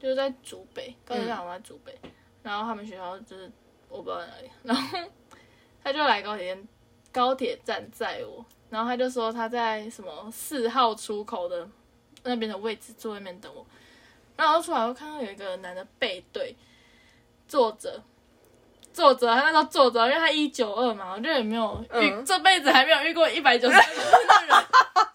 [SPEAKER 2] 就是在竹北，高铁站好像在竹北，然后他们学校就是我不知道在哪里，然后他就来高铁站，高铁站载我，然后他就说他在什么四号出口的那边的位置坐那边等我，然后出来我看到有一个男的背对坐着。坐着，他那时候坐着，因为他一九二嘛，我就也没有遇，
[SPEAKER 1] 嗯
[SPEAKER 2] 这辈子还没有遇过一百九十的人，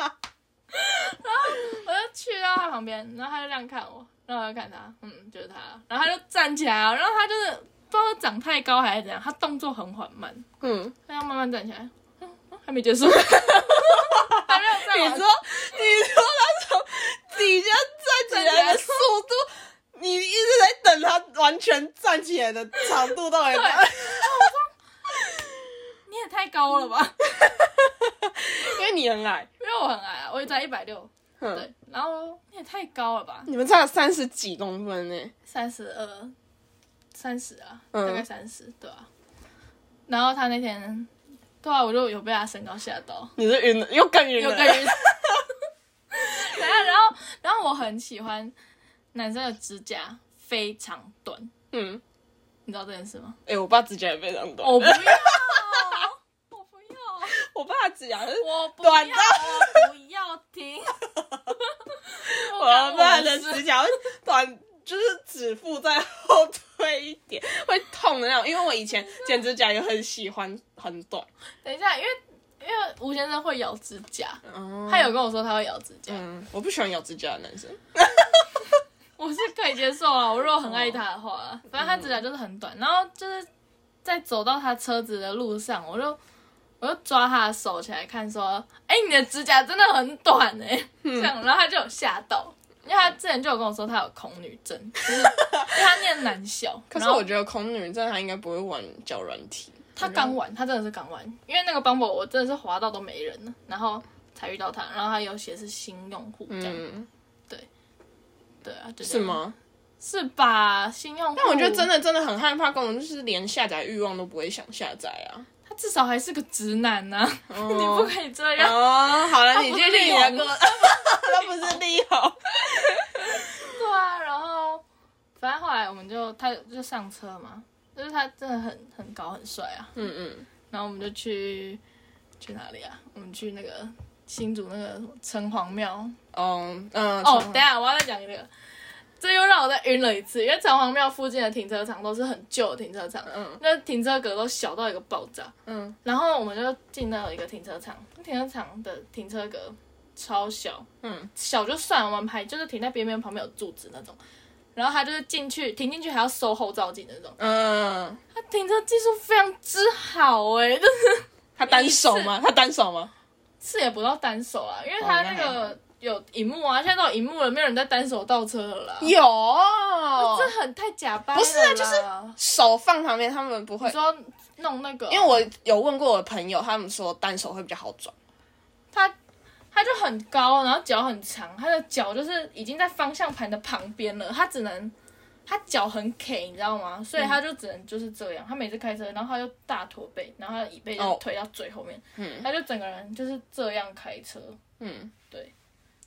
[SPEAKER 2] <laughs> 我就去到他旁边，然后他就这样看我，然后我就看他，嗯，就是他，然后他就站起来哦，然后他就是不知道长太高还是怎样，他动作很缓慢，
[SPEAKER 1] 嗯，
[SPEAKER 2] 他要慢慢站起来，嗯嗯还没结束， <laughs> 还没有站
[SPEAKER 1] 你
[SPEAKER 2] 完
[SPEAKER 1] 说，你说他从底下站起来的速度，你一直在等他完全站起来的长度到底
[SPEAKER 2] 对，然后我说你也太高了吧，
[SPEAKER 1] <laughs> 因为你很矮，
[SPEAKER 2] 因为我很矮啊，我也在一百六，
[SPEAKER 1] 嗯，
[SPEAKER 2] 对，然后你也太高了吧，
[SPEAKER 1] 你们差了三十几公分呢，
[SPEAKER 2] 三十二，三十啊，
[SPEAKER 1] 嗯
[SPEAKER 2] 大概三十，对啊，然后他那天，对啊，我就有被他身高吓到。
[SPEAKER 1] 你是晕了，又更晕
[SPEAKER 2] 有
[SPEAKER 1] 了
[SPEAKER 2] 个， <laughs> 人。等一下，啊然后然后我很喜欢男生的指甲非常短，
[SPEAKER 1] 嗯，
[SPEAKER 2] 你知道这件事吗？
[SPEAKER 1] 哎、我爸指甲也非常短，
[SPEAKER 2] 我不要，我不要，
[SPEAKER 1] 我爸指甲是
[SPEAKER 2] 我不要，
[SPEAKER 1] 短到
[SPEAKER 2] 我不要听。
[SPEAKER 1] <laughs> 我爸的
[SPEAKER 2] 指
[SPEAKER 1] 指甲会短，就是指腹在后退一点，会痛的那种。因为我以前剪指甲也很喜欢很短，
[SPEAKER 2] 等一下，因为因为吴先生会咬指甲，
[SPEAKER 1] 哦
[SPEAKER 2] 他有跟我说他会咬指甲，
[SPEAKER 1] 嗯，我不喜欢咬指甲的男生。
[SPEAKER 2] 我是可以接受啊，我如果很
[SPEAKER 1] 哦
[SPEAKER 2] 爱他的话啊，反正
[SPEAKER 1] 嗯
[SPEAKER 2] 他指甲就是很短，然后就是在走到他车子的路上，我就我就抓他的手起来看，说，哎、你的指甲真的很短哎、<laughs>
[SPEAKER 1] 嗯
[SPEAKER 2] 这样，然后他就有吓到，因为他之前就有跟我说他有恐女症，就是因为他念男校，
[SPEAKER 1] <laughs> 可是
[SPEAKER 2] 然后
[SPEAKER 1] 我觉得恐女症她应该不会玩脚软体，
[SPEAKER 2] 他刚玩，他真的是刚玩，因为那个 Bumble 我真的是滑到都没人了，然后才遇到他，然后他有写是新用户这样，
[SPEAKER 1] 嗯，
[SPEAKER 2] 对啊，就这
[SPEAKER 1] 是
[SPEAKER 2] 样？
[SPEAKER 1] 吗？
[SPEAKER 2] 是吧？新用户，
[SPEAKER 1] 但我觉得真的真的很害怕，根本就是连下载欲望都不会想下载
[SPEAKER 2] <laughs>
[SPEAKER 1] 啊。
[SPEAKER 2] 他至少还是个直男啊呐、你不啊
[SPEAKER 1] 哦，
[SPEAKER 2] 可以这样。
[SPEAKER 1] 哦，好了，你
[SPEAKER 2] 不
[SPEAKER 1] 继
[SPEAKER 2] 是 <laughs>
[SPEAKER 1] 续
[SPEAKER 2] 利
[SPEAKER 1] 你的
[SPEAKER 2] 用
[SPEAKER 1] 歌，他不是利用。
[SPEAKER 2] 对啊，然后反正后来我们就他就上车嘛，就是他真的很很高很帅啊。
[SPEAKER 1] 嗯嗯，
[SPEAKER 2] 然后我们就去去哪里啊？我们去那个新竹那个城隍庙。
[SPEAKER 1] 哦嗯
[SPEAKER 2] 哦，等一下我要再讲一个，这又让我再晕了一次，因为城隍庙附近的停车场都是很旧的停车场，
[SPEAKER 1] 嗯
[SPEAKER 2] 那停车格都小到一个爆炸。
[SPEAKER 1] 嗯
[SPEAKER 2] 然后我们就进到一个停车场，那停车场的停车格超小，
[SPEAKER 1] 嗯
[SPEAKER 2] 小就算了，我们还就是停在边边，旁边有柱子那种。然后他就是进去停进去还要收后照镜那种，
[SPEAKER 1] 嗯，
[SPEAKER 2] 他停车技术非常之好哎、就是
[SPEAKER 1] 他单手
[SPEAKER 2] 一
[SPEAKER 1] 吗？他单手吗？
[SPEAKER 2] 是也不到单手啊，因为他那
[SPEAKER 1] 哦那还
[SPEAKER 2] 个有荧幕啊，现在都有荧幕了，没有人在单手倒车了啦。
[SPEAKER 1] 有，
[SPEAKER 2] 这很太假掰了啦。
[SPEAKER 1] 不是啊就是哦手放旁边，他们不
[SPEAKER 2] 你
[SPEAKER 1] 会。
[SPEAKER 2] 说弄那个，哦
[SPEAKER 1] 因为我有问过我的朋友，他们说单手会比较好转。
[SPEAKER 2] 他他就很高，然后脚很长，他的脚就是已经在方向盘的旁边了，他只能他脚很 K，你知道吗？所以
[SPEAKER 1] 嗯
[SPEAKER 2] 他就只能就是这样，他每次开车，然后他就大驼背，然后他的椅背就
[SPEAKER 1] 哦
[SPEAKER 2] 推到最后面，
[SPEAKER 1] 嗯
[SPEAKER 2] 他就整个人就是这样开车，
[SPEAKER 1] 嗯，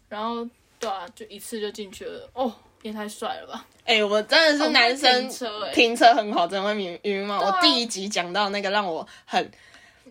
[SPEAKER 2] 然后对啊，就一次就进去了，哦，也太帅了吧！
[SPEAKER 1] 哎、我真的是男
[SPEAKER 2] 哦
[SPEAKER 1] 生
[SPEAKER 2] 停车哎、
[SPEAKER 1] 停车很好，真的会迷迷茫。
[SPEAKER 2] 对啊
[SPEAKER 1] 我第一集讲到那个让我很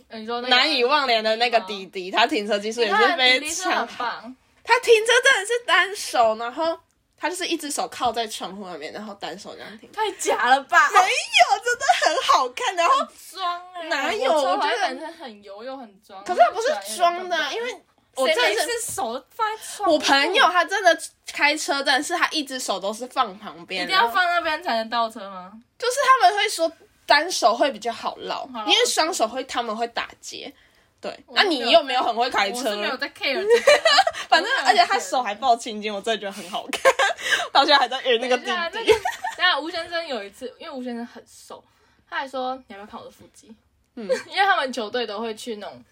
[SPEAKER 2] 呃你说那个
[SPEAKER 1] 难以忘莲的那个弟弟，他停车技术
[SPEAKER 2] 你
[SPEAKER 1] 也
[SPEAKER 2] 看
[SPEAKER 1] 是
[SPEAKER 2] 他的比例
[SPEAKER 1] 非
[SPEAKER 2] 啊是很
[SPEAKER 1] 常好。
[SPEAKER 2] 棒，
[SPEAKER 1] 他停车真的是单手，然后他就是一只手靠在窗户那边，然后单手这样停。
[SPEAKER 2] 太假了吧？
[SPEAKER 1] 没有，真的很好看。然后
[SPEAKER 2] 装哎、
[SPEAKER 1] 哪有
[SPEAKER 2] 我
[SPEAKER 1] 我觉得
[SPEAKER 2] 男生很油又很装，
[SPEAKER 1] 可是他不是装的啊，因
[SPEAKER 2] 为。
[SPEAKER 1] 为我真的是
[SPEAKER 2] 是手放在窗户
[SPEAKER 1] 我朋友，他真的开车，真的是他一只手都是放旁
[SPEAKER 2] 一
[SPEAKER 1] 边，
[SPEAKER 2] 定要
[SPEAKER 1] 然后
[SPEAKER 2] 放那边才能倒车吗？
[SPEAKER 1] 就是他们会说单手会比较好捞
[SPEAKER 2] 好，
[SPEAKER 1] 因为双手会他们会打结。对，
[SPEAKER 2] 我
[SPEAKER 1] 那、
[SPEAKER 2] 是没有
[SPEAKER 1] 你又没有很会开
[SPEAKER 2] 我是
[SPEAKER 1] 车，
[SPEAKER 2] 没有在 care 这个。
[SPEAKER 1] 反正
[SPEAKER 2] 我是没有
[SPEAKER 1] 而且
[SPEAKER 2] care
[SPEAKER 1] 他
[SPEAKER 2] 的
[SPEAKER 1] 手还抱青筋，我真的觉得很好看。 <laughs> 到现在还在晕 <laughs> 那个弟
[SPEAKER 2] 对啊，那
[SPEAKER 1] 弟 <laughs>
[SPEAKER 2] 个，，对啊，吴先生有一次，因为吴先生很瘦，他还说你要不要看我的腹肌？
[SPEAKER 1] 嗯
[SPEAKER 2] <laughs> 因为他们球队都会去那种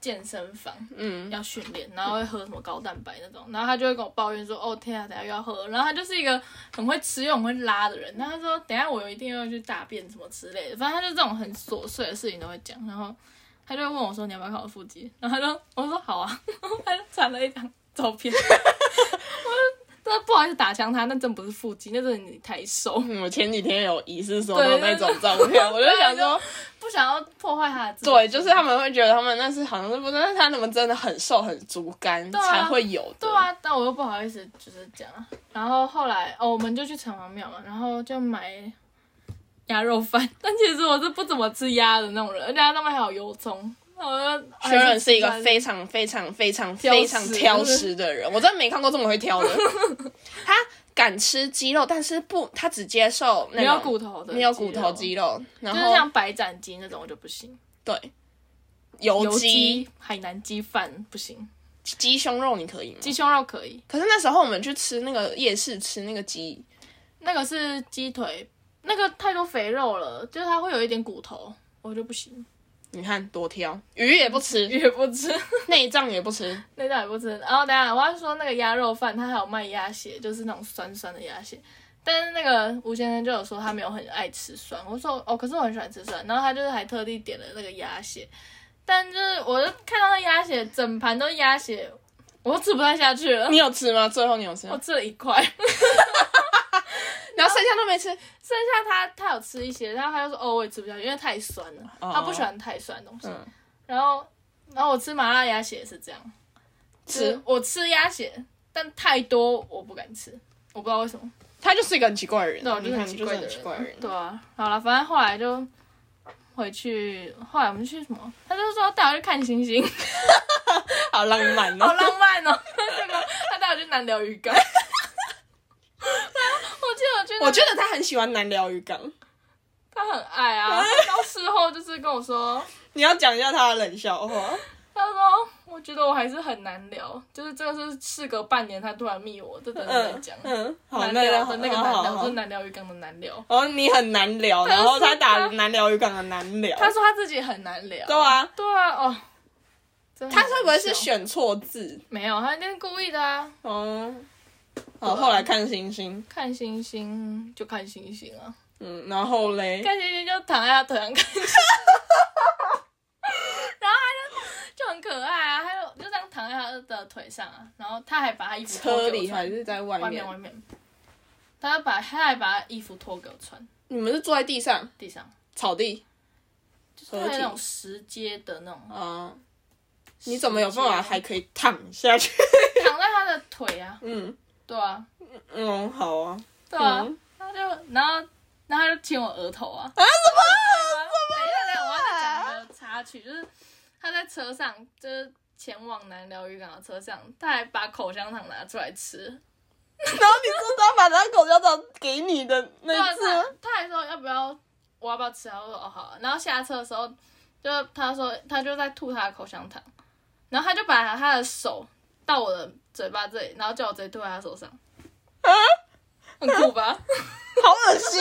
[SPEAKER 2] 健身房
[SPEAKER 1] 嗯，
[SPEAKER 2] 要训练，然后会喝什么高蛋白那种，然后他就会跟我抱怨说，哦天啊，等一下又要喝，然后他就是一个很会吃又很会拉的人，然后他说等一下我一定要去大便什么之类的，反正他就这种很琐碎的事情都会讲，然后他就会问我说你要不要看我腹肌，然后他就我说好啊， <laughs> 然后他就传了一张照 <laughs> 片，我就真的不好意思打枪他，那真不是腹肌，那真的你太瘦，
[SPEAKER 1] 嗯我前几天有疑似收
[SPEAKER 2] 对
[SPEAKER 1] 到那种照片，我就
[SPEAKER 2] <laughs>
[SPEAKER 1] 想
[SPEAKER 2] 啊
[SPEAKER 1] 说，
[SPEAKER 2] <laughs> 不想要破坏他的自
[SPEAKER 1] 对，
[SPEAKER 2] 尊心
[SPEAKER 1] 就是他们会觉得他们那是好像是不是，但是他们真的很瘦很竹竿、
[SPEAKER 2] 对啊
[SPEAKER 1] 才会有的。
[SPEAKER 2] 对，啊，但我又不好意思就是讲啊。然后后来哦，我们就去城隍庙嘛，然后就买鸭肉饭。 <laughs> 但其实我是不怎么吃鸭的那种人，而且它上面还有油葱。那我就
[SPEAKER 1] 薛仁是一个
[SPEAKER 2] 还吃
[SPEAKER 1] 非常非常非常
[SPEAKER 2] 挑食
[SPEAKER 1] 非常挑食的人，我真的没看过这么会
[SPEAKER 2] <laughs>
[SPEAKER 1] 挑的。他敢吃鸡肉，但是不，他只接受那
[SPEAKER 2] 没有
[SPEAKER 1] 种
[SPEAKER 2] 骨头的，
[SPEAKER 1] 没有骨头鸡，肉，然
[SPEAKER 2] 就是
[SPEAKER 1] 后
[SPEAKER 2] 像白斩鸡那种我就不行，
[SPEAKER 1] 对油
[SPEAKER 2] 油
[SPEAKER 1] 鸡
[SPEAKER 2] 鸡、海南鸡饭不行，
[SPEAKER 1] 鸡胸肉你可以吗？
[SPEAKER 2] 鸡胸肉可以，
[SPEAKER 1] 可是那时候我们去吃那个夜市吃那个鸡，
[SPEAKER 2] 那个是鸡腿，那个太多肥肉了，就是它会有一点骨头，我就不行，
[SPEAKER 1] 你看多挑，鱼也不吃，
[SPEAKER 2] 也不吃。
[SPEAKER 1] 内脏也不吃，
[SPEAKER 2] 那道也不吃。然后等一下我要说那个鸭肉饭，它还有卖鸭血，就是那种酸酸的鸭血。但是那个吴先生就有说他没有很爱吃酸，我说哦，可是我很喜欢吃酸。然后他就是还特地点了那个鸭血，但就是我就看到那鸭血，整盘都是鸭血，我吃不太下去了
[SPEAKER 1] 你，有吃吗？最后你有吃吗
[SPEAKER 2] 我？吃了一块， <laughs>
[SPEAKER 1] 然后剩下都没吃，
[SPEAKER 2] 剩下他他有吃一些，然后他就说哦，我也吃不下去，因为太酸了，
[SPEAKER 1] 哦
[SPEAKER 2] 他不喜欢太酸的东西。
[SPEAKER 1] 嗯，
[SPEAKER 2] 然后然后我吃麻辣鸭血也是这样，就是
[SPEAKER 1] 吃，
[SPEAKER 2] 我吃鸭血，但太多我不敢吃，我不知道为什么。
[SPEAKER 1] 他就是一个很奇怪的人，
[SPEAKER 2] 对啊，我就是很
[SPEAKER 1] 你看
[SPEAKER 2] 奇
[SPEAKER 1] 就是
[SPEAKER 2] 怪的
[SPEAKER 1] 很
[SPEAKER 2] 人。
[SPEAKER 1] 奇怪的人，
[SPEAKER 2] 对啊，好了，反正后来就回去，后来我们去什么？他就说带我去看星星， <laughs>
[SPEAKER 1] 好浪漫
[SPEAKER 2] 好
[SPEAKER 1] 哦。
[SPEAKER 2] 浪 <laughs> 漫哦、结果他带我去南寮渔港。对 <laughs> 啊我记得我去那，
[SPEAKER 1] 我觉得他很喜欢南寮渔港。
[SPEAKER 2] 他很爱 <laughs> 啊。然后事后就是跟我说，
[SPEAKER 1] 你要讲一下他的冷笑话，
[SPEAKER 2] 他说我觉得我还是很难聊，就是这个是事隔半年他突然密我，这等等再
[SPEAKER 1] 嗯
[SPEAKER 2] 讲。
[SPEAKER 1] 嗯，好，
[SPEAKER 2] 难
[SPEAKER 1] 那
[SPEAKER 2] 聊的那个
[SPEAKER 1] 好
[SPEAKER 2] 难
[SPEAKER 1] 好
[SPEAKER 2] 聊，
[SPEAKER 1] 好
[SPEAKER 2] 就是南寮渔港的难聊。
[SPEAKER 1] 哦，你很难聊，
[SPEAKER 2] 但是
[SPEAKER 1] 然后他
[SPEAKER 2] 他
[SPEAKER 1] 打南寮渔港的难聊，
[SPEAKER 2] 他说他自己很难聊。
[SPEAKER 1] 对啊，
[SPEAKER 2] 对啊，哦，真的
[SPEAKER 1] 他
[SPEAKER 2] 很
[SPEAKER 1] 会不会是
[SPEAKER 2] 好笑？
[SPEAKER 1] 选错字？
[SPEAKER 2] 没有，他一定是故意的啊！
[SPEAKER 1] 哦，好，后来看星星，
[SPEAKER 2] 看星星就看星星啊，
[SPEAKER 1] 嗯，然后嘞，
[SPEAKER 2] 看星星就躺在他腿上看星星， <laughs> 然后他就就很可爱啊，他就就这样躺在他的腿上啊，然后他还把他衣服脱
[SPEAKER 1] 车
[SPEAKER 2] 给我
[SPEAKER 1] 里
[SPEAKER 2] 穿
[SPEAKER 1] 还是在外
[SPEAKER 2] 外
[SPEAKER 1] 面
[SPEAKER 2] 面？外面，他就把他还把他衣服脱给我穿
[SPEAKER 1] 你们是坐在地上
[SPEAKER 2] 地上，
[SPEAKER 1] 草地
[SPEAKER 2] 就是
[SPEAKER 1] 合体
[SPEAKER 2] 那种石阶的那种，
[SPEAKER 1] 啊？你怎么有办法
[SPEAKER 2] 石阶
[SPEAKER 1] 还可以躺下去？
[SPEAKER 2] 躺在他的腿啊？
[SPEAKER 1] 嗯
[SPEAKER 2] 对啊，
[SPEAKER 1] 嗯，好啊，
[SPEAKER 2] 对啊。
[SPEAKER 1] 嗯
[SPEAKER 2] 他就然后然后他就亲我额头啊。等一下，等啊一下，我要再讲一个插曲，就是他在车上，就是前往南寮渔港的车上，他还把口香糖拿出来吃。
[SPEAKER 1] 然后你说他把他口香糖给你的
[SPEAKER 2] 对
[SPEAKER 1] 那
[SPEAKER 2] 啊，
[SPEAKER 1] 一次吗
[SPEAKER 2] 他，他还说要不要，我要不要吃啊？我说哦好啊。然后下车的时候，就是他说他就在吐他的口香糖，然后他就把他的手到我的嘴巴这里，然后叫我直接吐在他手上，很酷吧？
[SPEAKER 1] 好恶心！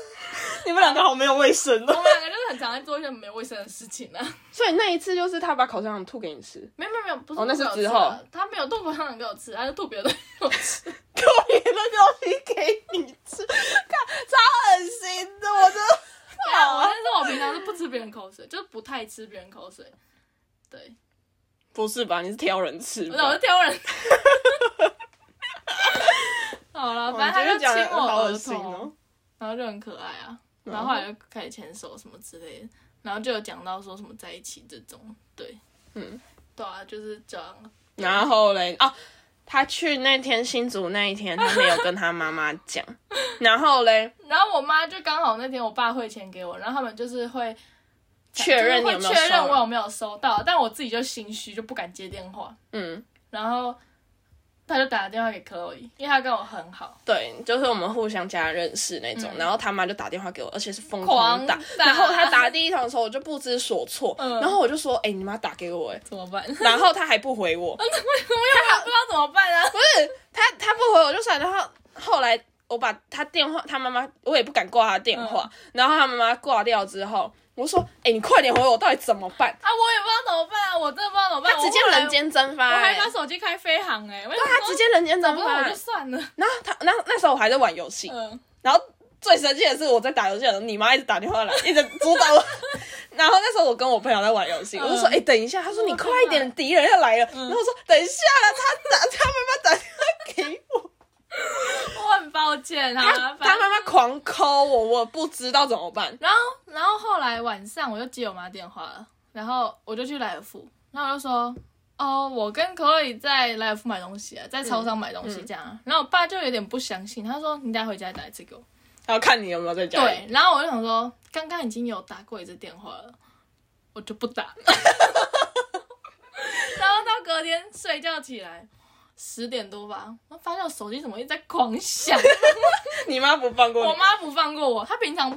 [SPEAKER 1] <laughs> 你们两个好没有卫生
[SPEAKER 2] 我
[SPEAKER 1] 哦。
[SPEAKER 2] 们两个就是很常在做一些没卫生的事情啊。
[SPEAKER 1] 所以那一次就是他把口香糖吐给你吃，
[SPEAKER 2] 没有没有没有，不是
[SPEAKER 1] 哦那是
[SPEAKER 2] 吐给我
[SPEAKER 1] 之
[SPEAKER 2] 吃
[SPEAKER 1] 后
[SPEAKER 2] 啊他没有吐口香糖给我吃，他就吐别的给我吃。
[SPEAKER 1] 吐别的东西给你吃，看超恶心的，我真的。
[SPEAKER 2] 对啊，我但是我平常是不吃别人口水，就是不太吃别人口水。对，
[SPEAKER 1] 不是吧？你是挑人吃
[SPEAKER 2] 我我是挑人。 <laughs> 好
[SPEAKER 1] 哦
[SPEAKER 2] 了，反正他就
[SPEAKER 1] 讲
[SPEAKER 2] 亲
[SPEAKER 1] 的
[SPEAKER 2] 我
[SPEAKER 1] 好恶
[SPEAKER 2] 额
[SPEAKER 1] 心
[SPEAKER 2] 头，
[SPEAKER 1] 哦。
[SPEAKER 2] 然后就很可爱啊。
[SPEAKER 1] 嗯
[SPEAKER 2] 然后后来就开始牵手什么之类的，然后就有讲到说什么在一起这种，对，
[SPEAKER 1] 嗯，
[SPEAKER 2] 对啊，就是这样。
[SPEAKER 1] 然后嘞，哦，他去那天新竹那一天，他没有跟他妈妈讲。然后嘞，
[SPEAKER 2] 然后我妈就刚好那天我爸汇钱给我，然后他们就是会
[SPEAKER 1] 确认你有
[SPEAKER 2] 会
[SPEAKER 1] 没有
[SPEAKER 2] 确认我
[SPEAKER 1] 收？
[SPEAKER 2] 有没有收到，但我自己就心虚，就不敢接电话。
[SPEAKER 1] 嗯，
[SPEAKER 2] 然后他就打了电话给 Chloe，因为他跟我很好，
[SPEAKER 1] 对，就是我们互相加认识那种。
[SPEAKER 2] 嗯
[SPEAKER 1] 然后他妈就打电话给我，而且是疯
[SPEAKER 2] 狂
[SPEAKER 1] 打。
[SPEAKER 2] 打
[SPEAKER 1] 然后他打第一通的时候，我就不知所措。
[SPEAKER 2] 嗯
[SPEAKER 1] 然后我就说：“哎、你妈打给我哎、
[SPEAKER 2] 怎么办？ <laughs> 我又
[SPEAKER 1] 然后他还不回
[SPEAKER 2] 嗯
[SPEAKER 1] 我。
[SPEAKER 2] 不知道怎么办啊。
[SPEAKER 1] 不是他，他不回我就算了。然后后来我把他电话，他妈妈，我也不敢挂他电话。
[SPEAKER 2] 嗯
[SPEAKER 1] 然后他妈妈挂掉之后，我说：“哎、你快点回我，到底怎么办
[SPEAKER 2] 啊，我也不知道怎么办啊，我真的不知道怎么？”办。
[SPEAKER 1] 他直接
[SPEAKER 2] 我后来
[SPEAKER 1] 人，间蒸发、
[SPEAKER 2] 我还
[SPEAKER 1] 欸
[SPEAKER 2] 把，手机开飞行哎、欸，对
[SPEAKER 1] 他直接人间
[SPEAKER 2] 找
[SPEAKER 1] 蒸
[SPEAKER 2] 不到
[SPEAKER 1] 发
[SPEAKER 2] 我就。算
[SPEAKER 1] <laughs>
[SPEAKER 2] 了，
[SPEAKER 1] 然后他，那那时候我还在玩游戏，
[SPEAKER 2] 嗯，
[SPEAKER 1] 然后最生气的是我在打游戏的时候，你妈一直打电话来，一直阻挡我。 <laughs> 然后那时候我跟我朋友在玩游戏，
[SPEAKER 2] 嗯
[SPEAKER 1] 我就说：“哎、等一下。”他说：“你
[SPEAKER 2] 我
[SPEAKER 1] 快
[SPEAKER 2] 懂了
[SPEAKER 1] 点，敌人要来了。”
[SPEAKER 2] 嗯
[SPEAKER 1] 然后我说：“等一下了，他打他妈妈打电话给
[SPEAKER 2] <laughs>
[SPEAKER 1] 我。”
[SPEAKER 2] 我很抱歉啊，
[SPEAKER 1] 他
[SPEAKER 2] 反
[SPEAKER 1] 他
[SPEAKER 2] 正
[SPEAKER 1] 妈妈狂抠我，我不知道怎么办。
[SPEAKER 2] 然后，然后后来晚上我就接我妈电话了，然后我就去莱尔富，然后我就说，哦，我跟 Chloe 在莱尔富买东西啊，在超商买东西这样啊、然后我爸就有点不相信，他说你等下回家打一次给我。
[SPEAKER 1] 然后看你有没有在家里。
[SPEAKER 2] 对，然后我就想说，刚刚已经有打过一次电话了，我就不打。 <laughs> 然后到隔天睡觉起来。十点多吧，我发现我手机怎么一直在狂响，
[SPEAKER 1] 你妈不放过
[SPEAKER 2] 我
[SPEAKER 1] 你。
[SPEAKER 2] 妈不放过我，她平常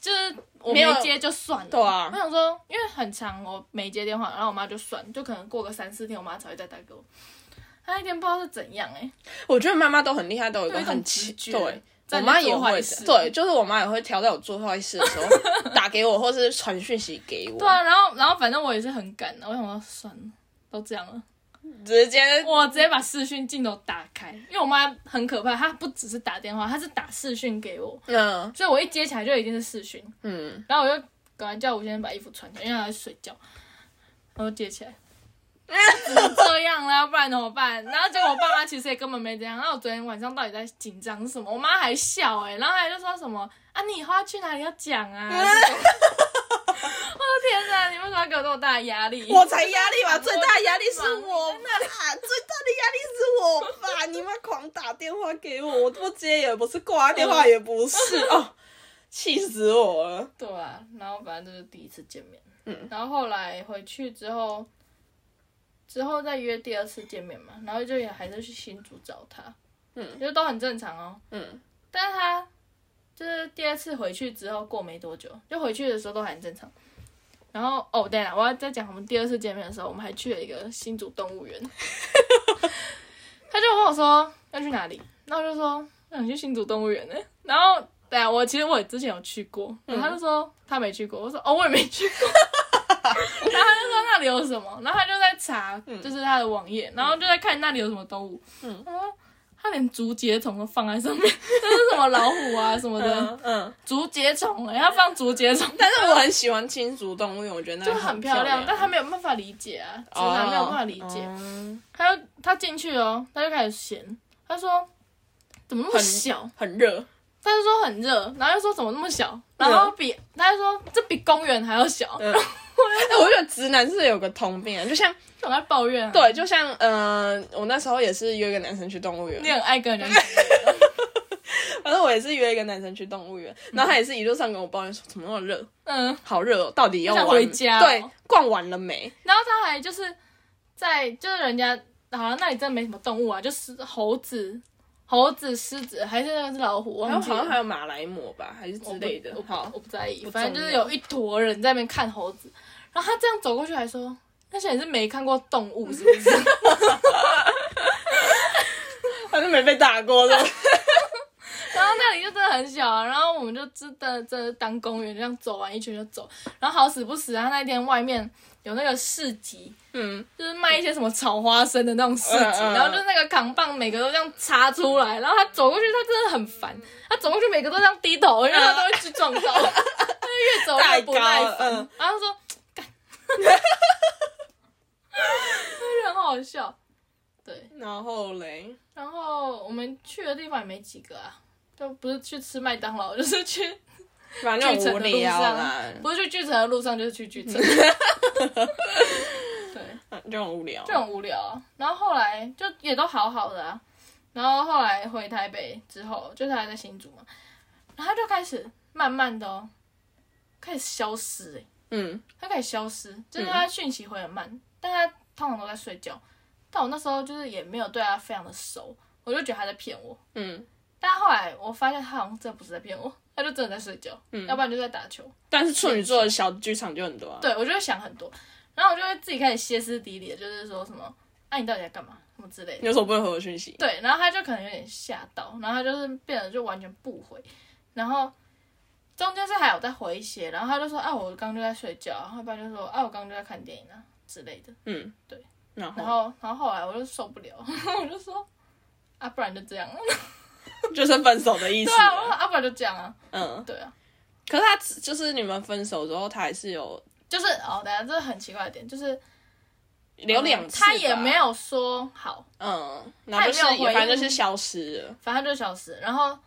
[SPEAKER 2] 就是我没
[SPEAKER 1] 没有
[SPEAKER 2] 接就算了。
[SPEAKER 1] 对啊
[SPEAKER 2] 我想说，因为很长，我没接电话，然后我妈就算，就可能过个三四天，我妈才会再打给我。她那天不知道是怎样哎、
[SPEAKER 1] 我觉得妈妈都很厉害，都有一个
[SPEAKER 2] 有一种
[SPEAKER 1] 很
[SPEAKER 2] 直
[SPEAKER 1] 奇
[SPEAKER 2] 觉
[SPEAKER 1] 对。我
[SPEAKER 2] 在你
[SPEAKER 1] 妈也
[SPEAKER 2] 做坏
[SPEAKER 1] 会
[SPEAKER 2] 事
[SPEAKER 1] 对，就是我妈也会挑在我做坏事的时
[SPEAKER 2] <laughs>
[SPEAKER 1] 候打给我，或是传讯息给我，
[SPEAKER 2] 对啊，然后然后反正我也是很赶的，我想说算了，都这样了，
[SPEAKER 1] 直接
[SPEAKER 2] 我直接把视讯镜头打开，因为我妈很可怕，她不只是打电话，她是打视讯给我，
[SPEAKER 1] 嗯
[SPEAKER 2] 所以我一接起来就一定是视讯，
[SPEAKER 1] 嗯，
[SPEAKER 2] 然后我就赶快叫吴先生把衣服穿起来，因为他在睡觉，然后接起来。只能这样啦，不然怎么办？然后结果我爸妈其实也根本没这样。然后我昨天晚上到底在紧张什么？我妈还笑哎、然后还就说什么啊，你以后要去哪里要讲啊？这种 <laughs> 我的天哪，你为什么要给我这么大的压力？
[SPEAKER 1] 我才压力吧，
[SPEAKER 2] 我
[SPEAKER 1] 最大的压力是
[SPEAKER 2] 真的
[SPEAKER 1] 我吧， <laughs> 最大的压力是我吧，你妈狂打电话给我，我不接也不是，挂电
[SPEAKER 2] 嗯
[SPEAKER 1] 话也不是，哦，气死我了。
[SPEAKER 2] 对啊，然后反正就是第一次见面，
[SPEAKER 1] 嗯，
[SPEAKER 2] 然后后来回去之后，之后再约第二次见面嘛，然后就也还是去新竹找他，
[SPEAKER 1] 嗯，
[SPEAKER 2] 就都很正常哦，
[SPEAKER 1] 嗯，
[SPEAKER 2] 但是他就是第二次回去之后过没多久，就回去的时候都还很正常。然后哦，对了，我要再讲我们第二次见面的时候，我们还去了一个新竹动物园。他就问我说要去哪里，然后我就说我想去新竹动物园呢、然后对啊，我其实我之前有去过，然后他就说他没去过，我说哦我也没去过。然后他就说那里有什么，然后他就在查，就是他的网页，然后就在看那里有什么动物。
[SPEAKER 1] 嗯
[SPEAKER 2] 嗯，他说他连竹节虫都放在上面， <laughs> 这是什么老虎啊什么的，
[SPEAKER 1] 嗯嗯，
[SPEAKER 2] 竹节虫哎，他放竹节虫，
[SPEAKER 1] 但是我很喜欢青竹动物园，我觉得那
[SPEAKER 2] 就
[SPEAKER 1] 里
[SPEAKER 2] 很漂
[SPEAKER 1] 漂哦
[SPEAKER 2] 亮，但他没有办法理解啊，直男没有办法理解。
[SPEAKER 1] 嗯
[SPEAKER 2] 他就他进去哦，他就开始嫌，他说怎么那么
[SPEAKER 1] 很
[SPEAKER 2] 小？
[SPEAKER 1] 很
[SPEAKER 2] <laughs>
[SPEAKER 1] 热，
[SPEAKER 2] 他就说很热，然后又说怎么那么小，然后比他就说这比公园还要小，
[SPEAKER 1] 嗯。哎，我觉得直男是有个通病啊，就像
[SPEAKER 2] 总在抱怨啊。
[SPEAKER 1] 对，就像嗯、呃我那时候也是约一个男生去动物园
[SPEAKER 2] 你，很爱跟人家讲，
[SPEAKER 1] 反正我也是约一个男生去动物园，然后他也是一路上跟我抱怨说怎么那么热，
[SPEAKER 2] 嗯，
[SPEAKER 1] 好热哦，到底要
[SPEAKER 2] 我想
[SPEAKER 1] 玩
[SPEAKER 2] 回家哦
[SPEAKER 1] 对，逛完了没？
[SPEAKER 2] 然后他还就是在就是人家好像那里真的没什么动物啊，就是猴子、猴子、狮子，还是那个是老虎，
[SPEAKER 1] 然后
[SPEAKER 2] 忘记
[SPEAKER 1] 好像还
[SPEAKER 2] 了。
[SPEAKER 1] 有马来貂吧，还是之类的
[SPEAKER 2] 我。不
[SPEAKER 1] 好
[SPEAKER 2] 我，不在意，
[SPEAKER 1] 不重要
[SPEAKER 2] 反正就是有一坨人在那边看猴子，然后他这样走过去还说：“那些你是没看过动物是不 <laughs> 是？”
[SPEAKER 1] 还是没被打过的。
[SPEAKER 2] 然后那里就真的很小啊，然后我们就真的真的当公园这样走完一圈就走，然后好死不死啊，那一天外面有那个市集，
[SPEAKER 1] <laughs> 嗯，
[SPEAKER 2] 就是卖一些什么炒花生的那种市集，
[SPEAKER 1] 嗯嗯嗯
[SPEAKER 2] 然后就是那个扛棒每个都这样插出来，然后他走过去，他真的很烦，他走过去每个都这样低头，因为他都会去撞到， <laughs> 他就越走越不耐
[SPEAKER 1] 嗯太高
[SPEAKER 2] 烦，
[SPEAKER 1] 了嗯
[SPEAKER 2] 然后他说干， <laughs> 就是很好笑，对。
[SPEAKER 1] 然后嘞，
[SPEAKER 2] 然后我们去的地方也没几个啊，就不是去吃麦当劳，就是去
[SPEAKER 1] 反正就很无聊啦，
[SPEAKER 2] 不是去巨城的路上，就是去巨城。对，
[SPEAKER 1] 啊就很无聊。
[SPEAKER 2] 就很无聊啊、然后后来就也都好好的啊，然后后来回台北之后，就是还在新竹嘛，然后他就开始慢慢的、哦、开始消失、欸，
[SPEAKER 1] 嗯，
[SPEAKER 2] 他开始消失，就是他讯息回很慢，但他通常都在睡觉。但我那时候就是也没有对他非常的熟，我就觉得他在骗我。
[SPEAKER 1] 嗯，
[SPEAKER 2] 但后来我发现他好像真的不是在骗我，他就真的在睡觉，要不然就在打球。
[SPEAKER 1] 但是处女座的小剧场就很多啊。
[SPEAKER 2] 对我就会想很多，然后我就会自己开始歇斯底里，就是说什么，那、你到底在干嘛，什么之类的。
[SPEAKER 1] 你有时候不会回我讯息？
[SPEAKER 2] 对，然后他就可能有点吓到，然后他就是变得就完全不回，然后中间是还有再回一些，然后他就说啊我刚刚就在睡觉，然后要不然就说啊我刚刚就在看电影啊之类的。
[SPEAKER 1] 嗯，
[SPEAKER 2] 对。
[SPEAKER 1] 然后
[SPEAKER 2] 然后然后后来我就受不了， <laughs> 我就说啊不然就这样，
[SPEAKER 1] <laughs> 就是分手的意思
[SPEAKER 2] 对
[SPEAKER 1] 啊。
[SPEAKER 2] 啊，我说啊不然就这样啊，
[SPEAKER 1] 嗯，
[SPEAKER 2] 对啊。
[SPEAKER 1] 可是他只就是你们分手之后，他还是有
[SPEAKER 2] 就是哦，等一下这很奇怪的点，就是
[SPEAKER 1] 留两次
[SPEAKER 2] 嗯
[SPEAKER 1] 吧、
[SPEAKER 2] 他也没有说好，
[SPEAKER 1] 嗯，然后就是
[SPEAKER 2] 他也没有回应
[SPEAKER 1] 反正就是消失了。
[SPEAKER 2] 反正就消失。然后